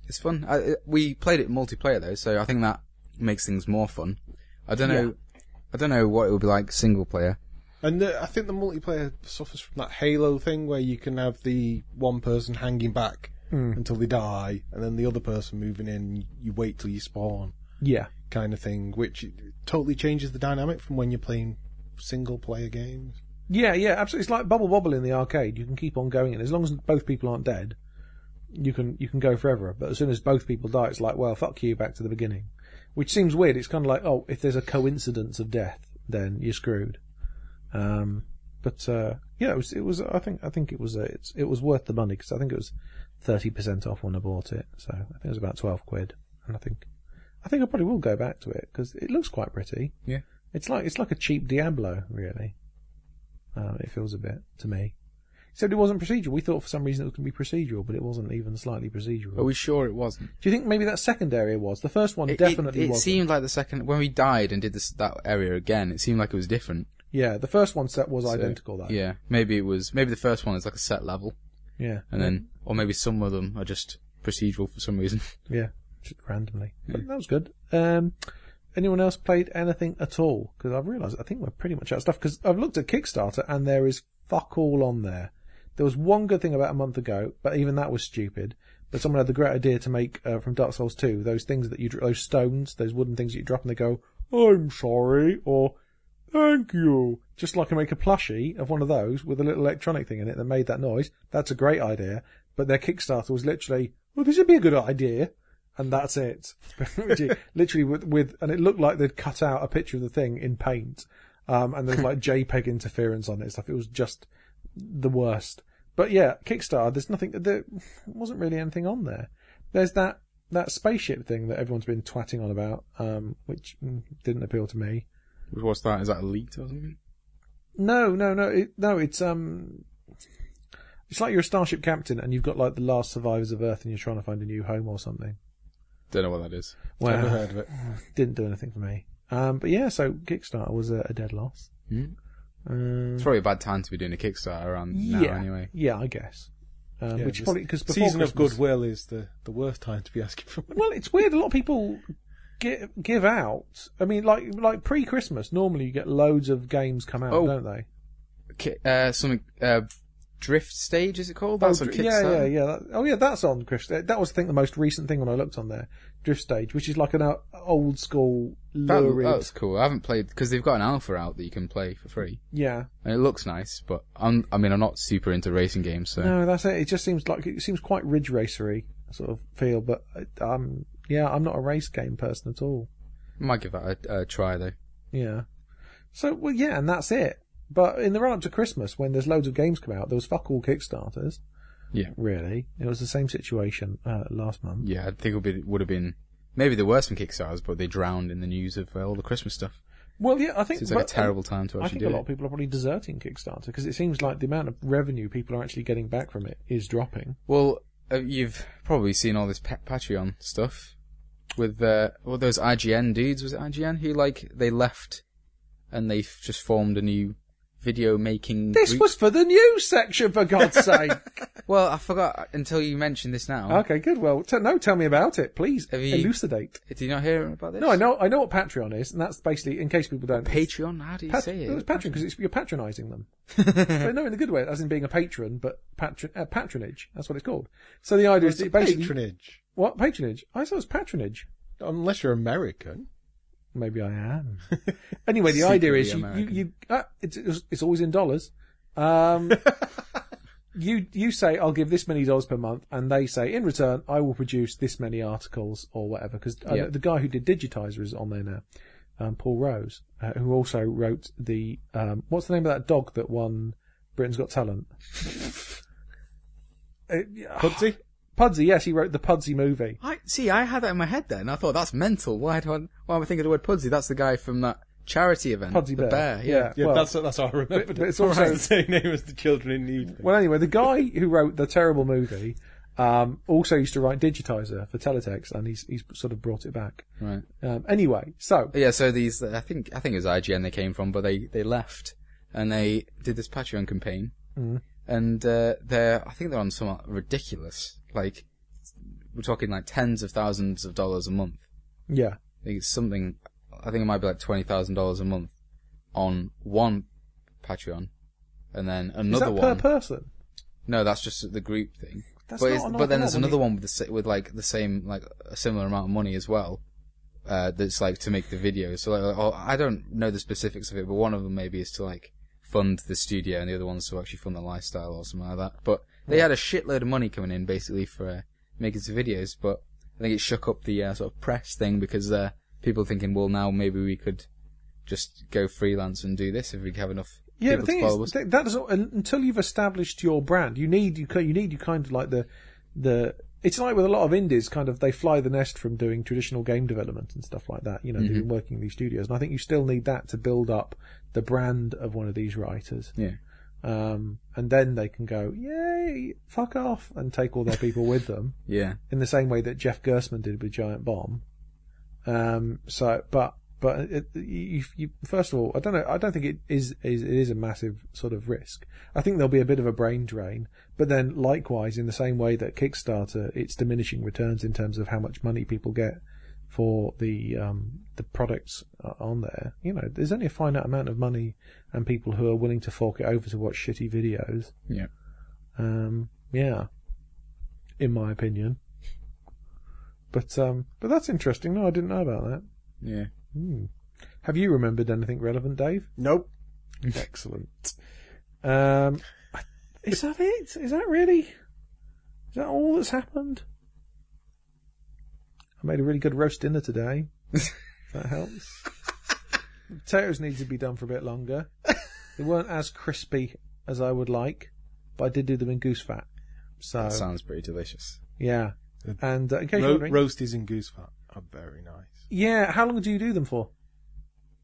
Speaker 3: It's fun. I, it- we played it multiplayer though, so I think that makes things more fun. I don't know. I don't know what it would be like single player.
Speaker 2: And the, I think the multiplayer suffers from that Halo thing where you can have the one person hanging back
Speaker 1: Hmm.
Speaker 2: until they die, and then the other person moving in. You wait till you spawn,
Speaker 1: Yeah,
Speaker 2: kind of thing, which totally changes the dynamic from when you're playing single player games.
Speaker 1: yeah, yeah, absolutely. It's like Bubble Bobble in the arcade. You can keep on going, and as long as both people aren't dead, you can you can go forever. But as soon as both people die, it's like, well, fuck you, back to the beginning. Which seems weird. It's kind of like, oh, if there's a coincidence of death, then you're screwed. Um, but uh, yeah, it was, it was. I think I think it was uh, it's, it was worth the money because I think it was thirty percent off when I bought it. So I think it was about twelve quid, and I think I think I probably will go back to it because it looks quite pretty.
Speaker 3: Yeah.
Speaker 1: it's like it's like a cheap Diablo, really. Um, it feels a bit to me. Except it wasn't procedural. We thought for some reason it was going to be procedural, but it wasn't even slightly procedural.
Speaker 3: Are we sure it wasn't?
Speaker 1: Do you think maybe that second area was? The first one
Speaker 3: It- it-
Speaker 1: definitely
Speaker 3: It,
Speaker 1: wasn't.
Speaker 3: seemed like the second when we died and did this that area again. It seemed like it was different.
Speaker 1: yeah, the first one set was
Speaker 3: So,
Speaker 1: identical though.
Speaker 3: Yeah, maybe it was. Maybe the first one is like a set level,
Speaker 1: Yeah.
Speaker 3: and then
Speaker 1: Mm-hmm.
Speaker 3: or maybe some of them are just procedural for some reason.
Speaker 1: Yeah. Just randomly. But that was good. Um anyone else played anything at all? Because I've realised I think we're pretty much out of stuff because I've looked at Kickstarter and there is fuck all on there. There was one good thing about a month ago, but even that was stupid. But someone had the great idea to make uh, from Dark Souls 2 those things that you dr- those stones, those wooden things that you drop and they go, "I'm sorry" or Thank you. Just like I make a plushie of one of those with a little electronic thing in it that made that noise. That's a great idea. But their Kickstarter was literally, well, this would be a good idea. And that's it. literally with, with, and it looked like they'd cut out a picture of the thing in paint. Um, and there's like JPEG interference on it and stuff. It was just the worst. But yeah, Kickstarter, there's nothing, there wasn't really anything on there. There's that, that spaceship thing that everyone's been twatting on about, um, which mm, didn't appeal to me.
Speaker 3: What's that? Is that elite or something?
Speaker 1: No, no, no, it, no. It's um, it's like you're a starship captain and you've got like the last survivors of Earth and you're trying to find a new home or something.
Speaker 3: Don't know what that is.
Speaker 2: Never
Speaker 1: Well,
Speaker 2: heard of it.
Speaker 1: didn't do anything for me. Um, but yeah, so Kickstarter was a, a dead loss.
Speaker 3: Hmm.
Speaker 1: Um,
Speaker 3: It's probably a bad time to be doing a Kickstarter around now,
Speaker 1: yeah,
Speaker 3: anyway.
Speaker 1: yeah, I guess. Um,
Speaker 2: Yeah,
Speaker 1: which
Speaker 2: this
Speaker 1: probably because
Speaker 2: season of goodwill is the, the worst time to be asking for money.
Speaker 1: Well, it's weird. A lot of people give, give out. I mean, like like pre Christmas, normally you get loads of games come out,
Speaker 3: Oh.
Speaker 1: don't they?
Speaker 3: Ki- Uh, some uh, drift stage is it called? That's
Speaker 1: oh,
Speaker 3: on
Speaker 1: Dr- yeah, yeah,
Speaker 3: Kickstarter.
Speaker 1: yeah. That, oh, yeah, that's on Chris. That was, I think, the most recent thing when I looked on there, Drift Stage, which is like an o- old school
Speaker 3: That,
Speaker 1: lurid.
Speaker 3: that's cool. I haven't played because they've got an alpha out that you can play for free,
Speaker 1: yeah,
Speaker 3: and it looks nice. But I'm, I mean, I'm not super into racing games, so
Speaker 1: no, that's it. It just seems like it seems quite ridge racery sort of feel, but uh, um, yeah, I'm not a race game person at all.
Speaker 3: I might give that a, a try though.
Speaker 1: Yeah. So well, yeah, and that's it. But in the run up to Christmas, when there's loads of games come out, there was fuck all Kickstarters.
Speaker 3: Yeah.
Speaker 1: Really, it was the same situation uh, last month.
Speaker 3: Yeah, I think it would be- would have been maybe there were some Kickstarters, but they drowned in the news of uh, all the Christmas stuff.
Speaker 1: Well, yeah, I think
Speaker 3: Seems like a
Speaker 1: but- um,
Speaker 3: terrible time to
Speaker 1: I
Speaker 3: actually
Speaker 1: think
Speaker 3: do
Speaker 1: a lot of
Speaker 3: it.
Speaker 1: people are probably deserting Kickstarter because it seems like the amount of revenue people are actually getting back from it is dropping.
Speaker 3: Well, uh, you've probably seen all this pa- Patreon stuff with uh, well those IGN dudes. Was it IGN who like they left and they f- just formed a new video making?
Speaker 1: This
Speaker 3: group?
Speaker 1: was for the news section, for God's sake.
Speaker 3: well, I forgot until you mentioned this now.
Speaker 1: okay, good. Well, t- no, tell me about it, please.
Speaker 3: Have you-
Speaker 1: Elucidate.
Speaker 3: Did you not hear about this?
Speaker 1: No, I know, I know what Patreon is, and that's basically in case people don't.
Speaker 3: Patreon. How do you
Speaker 1: Pat-
Speaker 3: say
Speaker 1: was
Speaker 3: it?
Speaker 1: Patreon because you're patronising them, but no, in a good way, as in being a patron, but patron uh, patronage. That's what it's called. So the idea is
Speaker 2: It's
Speaker 1: that basically
Speaker 2: patronage.
Speaker 1: what patronage? I thought it was patronage.
Speaker 2: Unless you're American.
Speaker 1: Maybe I am. anyway, the idea is you, you,
Speaker 3: Secretly
Speaker 1: you uh, it's, it's- it's always in dollars. Um, you you say I'll give this many dollars per month, and they say in return I will produce this many articles or whatever. Because
Speaker 3: Yeah.
Speaker 1: the guy who did Digitizer is on there now, um, Paul Rose, uh, who also wrote the um, what's the name of that dog that won Britain's Got Talent? uh, yeah,
Speaker 2: Pudsey?
Speaker 1: Pudsey, yes, he wrote the Pudsey movie.
Speaker 3: I see. I had that in my head then. I thought that's mental. Why do I? Why am I thinking of the word Pudsey? That's the guy from that charity event.
Speaker 1: Pudsey
Speaker 3: the bear. yeah.
Speaker 2: Yeah,
Speaker 1: well-
Speaker 2: that's that's how I remembered
Speaker 1: but it's
Speaker 2: it.
Speaker 1: also-
Speaker 2: It's the same name as the children in need. thing.
Speaker 1: Well, anyway, the guy who wrote the terrible movie um, also used to write Digitizer for Teletext, and he's he's sort of brought it back.
Speaker 3: Right.
Speaker 1: Um, anyway, so
Speaker 3: Yeah. So these, I think, I think it was IGN they came from, but they they left and they did this Patreon campaign,
Speaker 1: Mm-hmm.
Speaker 3: and uh, they're I think they're on somewhat ridiculous. Like we're talking like tens of thousands of dollars a month.
Speaker 1: yeah,
Speaker 3: I think it's something. I think it might be like twenty thousand dollars a month on one Patreon, and then
Speaker 1: is
Speaker 3: another
Speaker 1: that per
Speaker 3: one.
Speaker 1: person?
Speaker 3: no, that's just the group thing.
Speaker 1: That's
Speaker 3: but
Speaker 1: not
Speaker 3: it's-
Speaker 1: an
Speaker 3: but
Speaker 1: awful
Speaker 3: then there's
Speaker 1: lot,
Speaker 3: another
Speaker 1: isn't
Speaker 3: one with the sa- with like the same like a similar amount of money as well. Uh, that's like to make the videos. So like, oh, I don't know the specifics of it, but one of them maybe is to like fund the studio, and the other one's to actually fund the lifestyle or something like that. But they had a shitload of money coming in basically for uh, making some videos, but I think it shook up the uh, sort of press thing because uh, people thinking, well, now maybe we could just go freelance and do this if we have enough
Speaker 1: Yeah,
Speaker 3: people
Speaker 1: the thing
Speaker 3: to follow
Speaker 1: is,
Speaker 3: us.
Speaker 1: th- that doesn't un- until you've established your brand, you need you ki- you need you kind of like the the. It's like with a lot of indies, kind of they fly the nest from doing traditional game development and stuff like that. You know, they've
Speaker 3: Mm-hmm.
Speaker 1: been working in these studios, and I think you still need that to build up the brand of one of these writers.
Speaker 3: Yeah.
Speaker 1: um, and then they can go, yay, fuck off, and take all their people with them
Speaker 3: Yeah.
Speaker 1: in the same way that Jeff Gerstmann did with Giant Bomb. Um, so, but but it, you, you, first of all, I don't know. I don't think it is, is it is a massive sort of risk. I think there'll be a bit of a brain drain, but then likewise, in the same way that Kickstarter, it's diminishing returns in terms of how much money people get for the um, the products uh, on there. You know, there's only a finite amount of money and people who are willing to fork it over to watch shitty videos.
Speaker 3: Yeah.
Speaker 1: Um, yeah, in my opinion. But um, but that's interesting. No, I didn't know about that. Hmm.
Speaker 3: Yeah.
Speaker 1: Have you remembered anything relevant, Dave?
Speaker 2: Nope. Excellent.
Speaker 1: Um, I- is that it? Is that really? Is that all that's happened? I made a really good roast dinner today. If that helps. The potatoes need to be done for a bit longer. They weren't as crispy as I would like, but I did do them in goose fat. So
Speaker 3: That sounds pretty delicious.
Speaker 1: yeah, and uh, in case you're
Speaker 2: Ro-
Speaker 1: wondering,
Speaker 2: roasties and goose fat are very nice.
Speaker 1: yeah, how long do you do them for?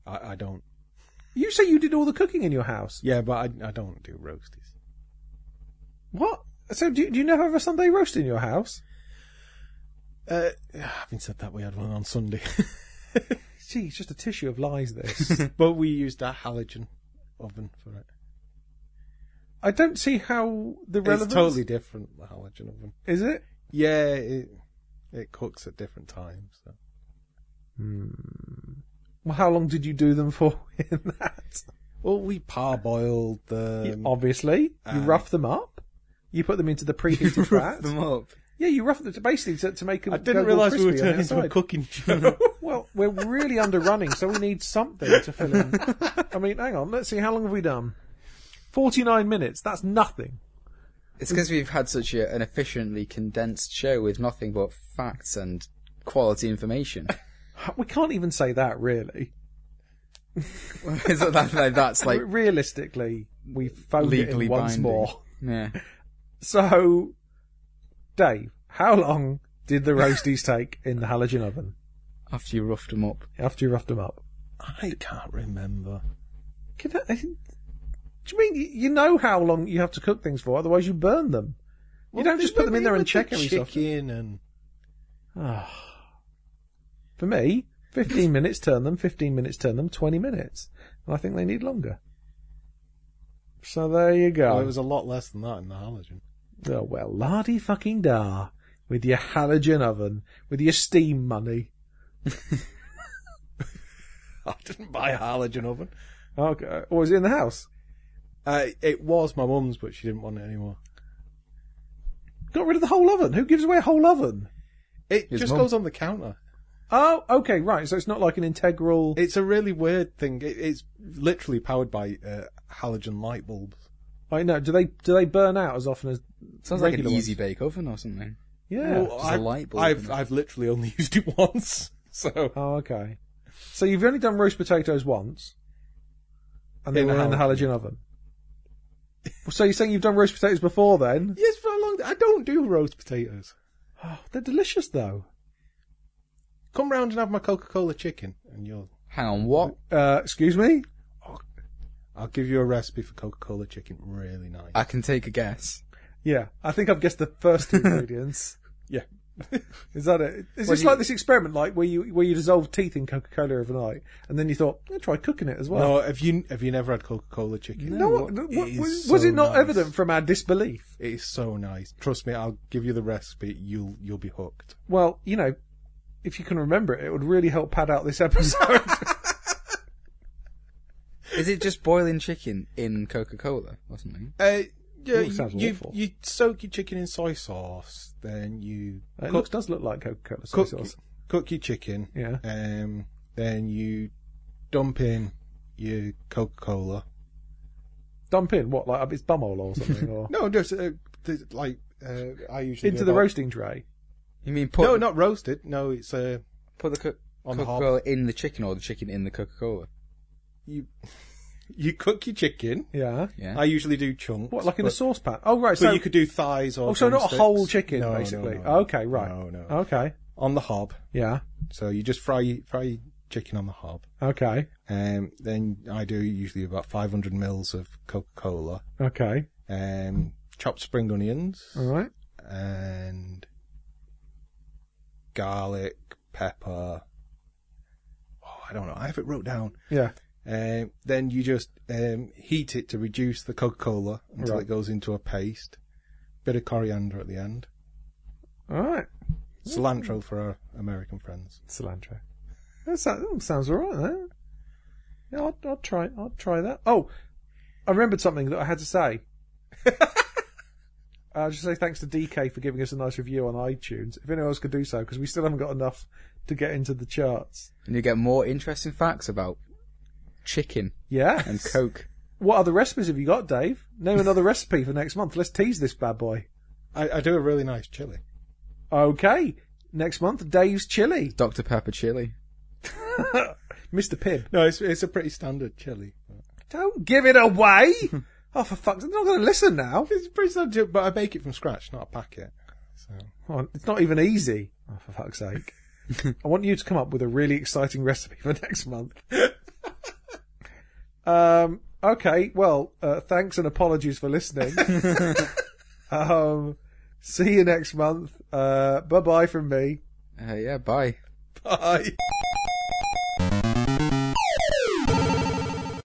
Speaker 2: I, I don't.
Speaker 1: You say you did all the cooking in your house.
Speaker 2: Yeah, but I, I don't do roasties.
Speaker 1: What? So do, do you never have a Sunday roast in your house?
Speaker 2: Uh, having said that, we had one on Sunday.
Speaker 1: gee, it's just a tissue of lies. This.
Speaker 2: But we used a halogen oven for it.
Speaker 1: I don't see how the relevance
Speaker 2: It's totally different, the halogen oven.
Speaker 1: is it.
Speaker 2: Yeah, it, it cooks at different times. So.
Speaker 1: Well, how long did you do them for in that?
Speaker 2: Well, we parboiled the.
Speaker 1: Obviously,
Speaker 2: Uh,
Speaker 1: you rough them up. You put them into the preheated fat.
Speaker 3: them up.
Speaker 1: Yeah, you rough them to basically to, to make them.
Speaker 2: I
Speaker 1: go
Speaker 2: didn't
Speaker 1: all
Speaker 2: realise we were
Speaker 1: crispy on the
Speaker 2: turning into a
Speaker 1: outside.
Speaker 2: cooking show.
Speaker 1: Well, we're really under running, so we need something to fill in. I mean, hang on. Let's see. How long have we done? Forty-nine minutes. That's nothing.
Speaker 3: It's because we've had such a, an efficiently condensed show with nothing but facts and quality information.
Speaker 1: We can't even say that, really.
Speaker 3: Is that, that- like, that's like
Speaker 1: Re- realistically, we phoned it
Speaker 3: legally
Speaker 1: in once
Speaker 3: binding.
Speaker 1: more.
Speaker 3: yeah.
Speaker 1: So, Dave, how long did the roasties take in the halogen oven
Speaker 3: After you roughed them up,
Speaker 1: after you roughed them up?
Speaker 2: I can't remember.
Speaker 1: Can I, do you mean you- you know how long you have to cook things for? Otherwise, you burn them. You don't just put them in there and check every so often.
Speaker 2: chicken and
Speaker 1: For me, 15 minutes turn them, 15 minutes turn them, 20 minutes. And I think they need longer. So there you go.
Speaker 2: well, Oh, it was a lot less than that in the halogen.
Speaker 1: Oh, well, lardy fucking dar. With your halogen oven, with your steam money.
Speaker 2: I didn't buy a halogen oven.
Speaker 1: Okay. Or was it in the house?
Speaker 2: Uh, it was my mum's, but she didn't want it anymore.
Speaker 1: Got rid of the whole oven. Who gives away a whole oven?
Speaker 2: It
Speaker 3: His
Speaker 2: just
Speaker 3: mum.
Speaker 2: goes on the counter.
Speaker 1: Oh, okay, right. So it's not like an integral.
Speaker 2: It's a really weird thing. It, it's literally powered by uh, halogen light bulbs.
Speaker 1: I know. Do they do they burn out as often as?
Speaker 3: sounds like an
Speaker 1: Regular
Speaker 3: easy bake oven or something.
Speaker 1: Yeah.
Speaker 2: Well,
Speaker 3: just a
Speaker 2: I've,
Speaker 3: light bulb,
Speaker 2: I've
Speaker 3: isn't it?
Speaker 2: I've literally only used it once. So
Speaker 1: Oh, okay. So you've only done roast potatoes once, and they
Speaker 2: In
Speaker 1: were
Speaker 2: a
Speaker 1: in the
Speaker 2: halogen.
Speaker 1: halogen oven. Well, so you're saying you've done roast potatoes before then?
Speaker 2: yes, for a long. I don't do roast potatoes.
Speaker 1: Oh, they're delicious though.
Speaker 2: Come round and have my Coca Cola chicken, and you'll.
Speaker 3: Hang on, what?
Speaker 1: Uh, excuse me.
Speaker 2: I'll give you a recipe for Coca Cola chicken. Really nice.
Speaker 3: I can take a guess.
Speaker 1: Yeah, I think I've guessed the first two ingredients.
Speaker 2: yeah.
Speaker 1: Is that it? Is
Speaker 3: Well,
Speaker 1: this
Speaker 3: you-
Speaker 1: like this experiment, like where you where you dissolve teeth in Coca Cola overnight, and then you thought, "I'll try cooking it as well."
Speaker 2: No, have you have you never had Coca Cola chicken?
Speaker 1: No,
Speaker 2: Oh, It
Speaker 1: what, what-
Speaker 2: is
Speaker 1: was,
Speaker 2: so
Speaker 1: was it not
Speaker 2: nice.
Speaker 1: evident from our disbelief?
Speaker 2: It is so nice. Trust me, I'll give you the recipe. You'll you'll be hooked.
Speaker 1: Well, you know, if you can remember it, it would really help pad out this episode.
Speaker 3: Is it just boiling chicken in Coca Cola or something?
Speaker 2: Uh, yeah,
Speaker 1: Ooh,
Speaker 2: you,
Speaker 1: sounds
Speaker 2: you,
Speaker 1: awful.
Speaker 2: you soak your chicken in soy sauce, then you
Speaker 1: it
Speaker 2: cook,
Speaker 1: looks, does look like Coca Cola soy
Speaker 2: cook,
Speaker 1: sauce.
Speaker 2: cook your chicken.
Speaker 1: Yeah.
Speaker 2: Um, then you dump in your Coca Cola.
Speaker 1: Dump in what, like it's bumhole or something, or
Speaker 2: No, just uh, th- like uh, I usually do
Speaker 1: into the
Speaker 2: about-
Speaker 1: roasting tray.
Speaker 3: You mean put
Speaker 2: No, not roasted. No, it's uh,
Speaker 3: put the co-
Speaker 2: On the hob.
Speaker 3: Coca-Cola in the chicken or the chicken in the Coca-Cola?
Speaker 2: you you cook your chicken.
Speaker 1: Yeah.
Speaker 3: Yeah.
Speaker 2: I usually do chunks.
Speaker 1: What, like in a
Speaker 2: but-
Speaker 1: saucepan? Oh, right.
Speaker 2: So,
Speaker 1: So,
Speaker 2: you could do thighs or.
Speaker 1: oh, so not a
Speaker 2: drumsticks.
Speaker 1: whole chicken,
Speaker 2: No, no,
Speaker 1: basically.
Speaker 2: no, no.
Speaker 1: okay, right. Oh.
Speaker 2: No, no.
Speaker 1: Okay.
Speaker 2: On the hob.
Speaker 1: Yeah.
Speaker 2: So you just fry fry your chicken on the hob.
Speaker 1: Okay.
Speaker 2: Um, then I do usually about 500 mils of Coca Cola,
Speaker 1: Okay.
Speaker 2: um, chopped spring onions,
Speaker 1: All right.
Speaker 2: and garlic, pepper. Oh, I don't know. I have it wrote down.
Speaker 1: Yeah.
Speaker 2: Um, then you just um, heat it to reduce the Coca Cola until
Speaker 1: Right.
Speaker 2: it goes into a paste. Bit of coriander at the end.
Speaker 1: All right.
Speaker 2: Cilantro for our American friends.
Speaker 1: Cilantro. That sounds, that sounds all right. That. Yeah, I'll, I'll try. I'll try that. Oh, I remembered something that I had to say. I'll just say thanks to DK for giving us a nice review on iTunes. If anyone else could do so, because we still haven't got enough to get into the charts.
Speaker 3: And you get more interesting facts about chicken
Speaker 1: Yeah.
Speaker 3: and Coke.
Speaker 1: What other recipes have you got, Dave? Name another recipe for next month. Let's tease this bad boy.
Speaker 2: I, I do a really nice chili.
Speaker 1: Okay. Next month, Dave's chili.
Speaker 3: Dr. Pepper chili.
Speaker 1: Mr. Pibb.
Speaker 2: No, it's it's a pretty standard chili.
Speaker 1: Don't give it away. oh, for fuck's sake. They're not going to listen now.
Speaker 2: It's pretty standard, but I bake it from scratch, not a packet. So
Speaker 1: Oh, it's not even easy. Oh, for fuck's sake. I want you to come up with a really exciting recipe for next month. um, okay, well, uh, thanks and apologies for listening. um, see you next month. Uh, bye bye from me.
Speaker 3: Uh, yeah, bye.
Speaker 2: bye.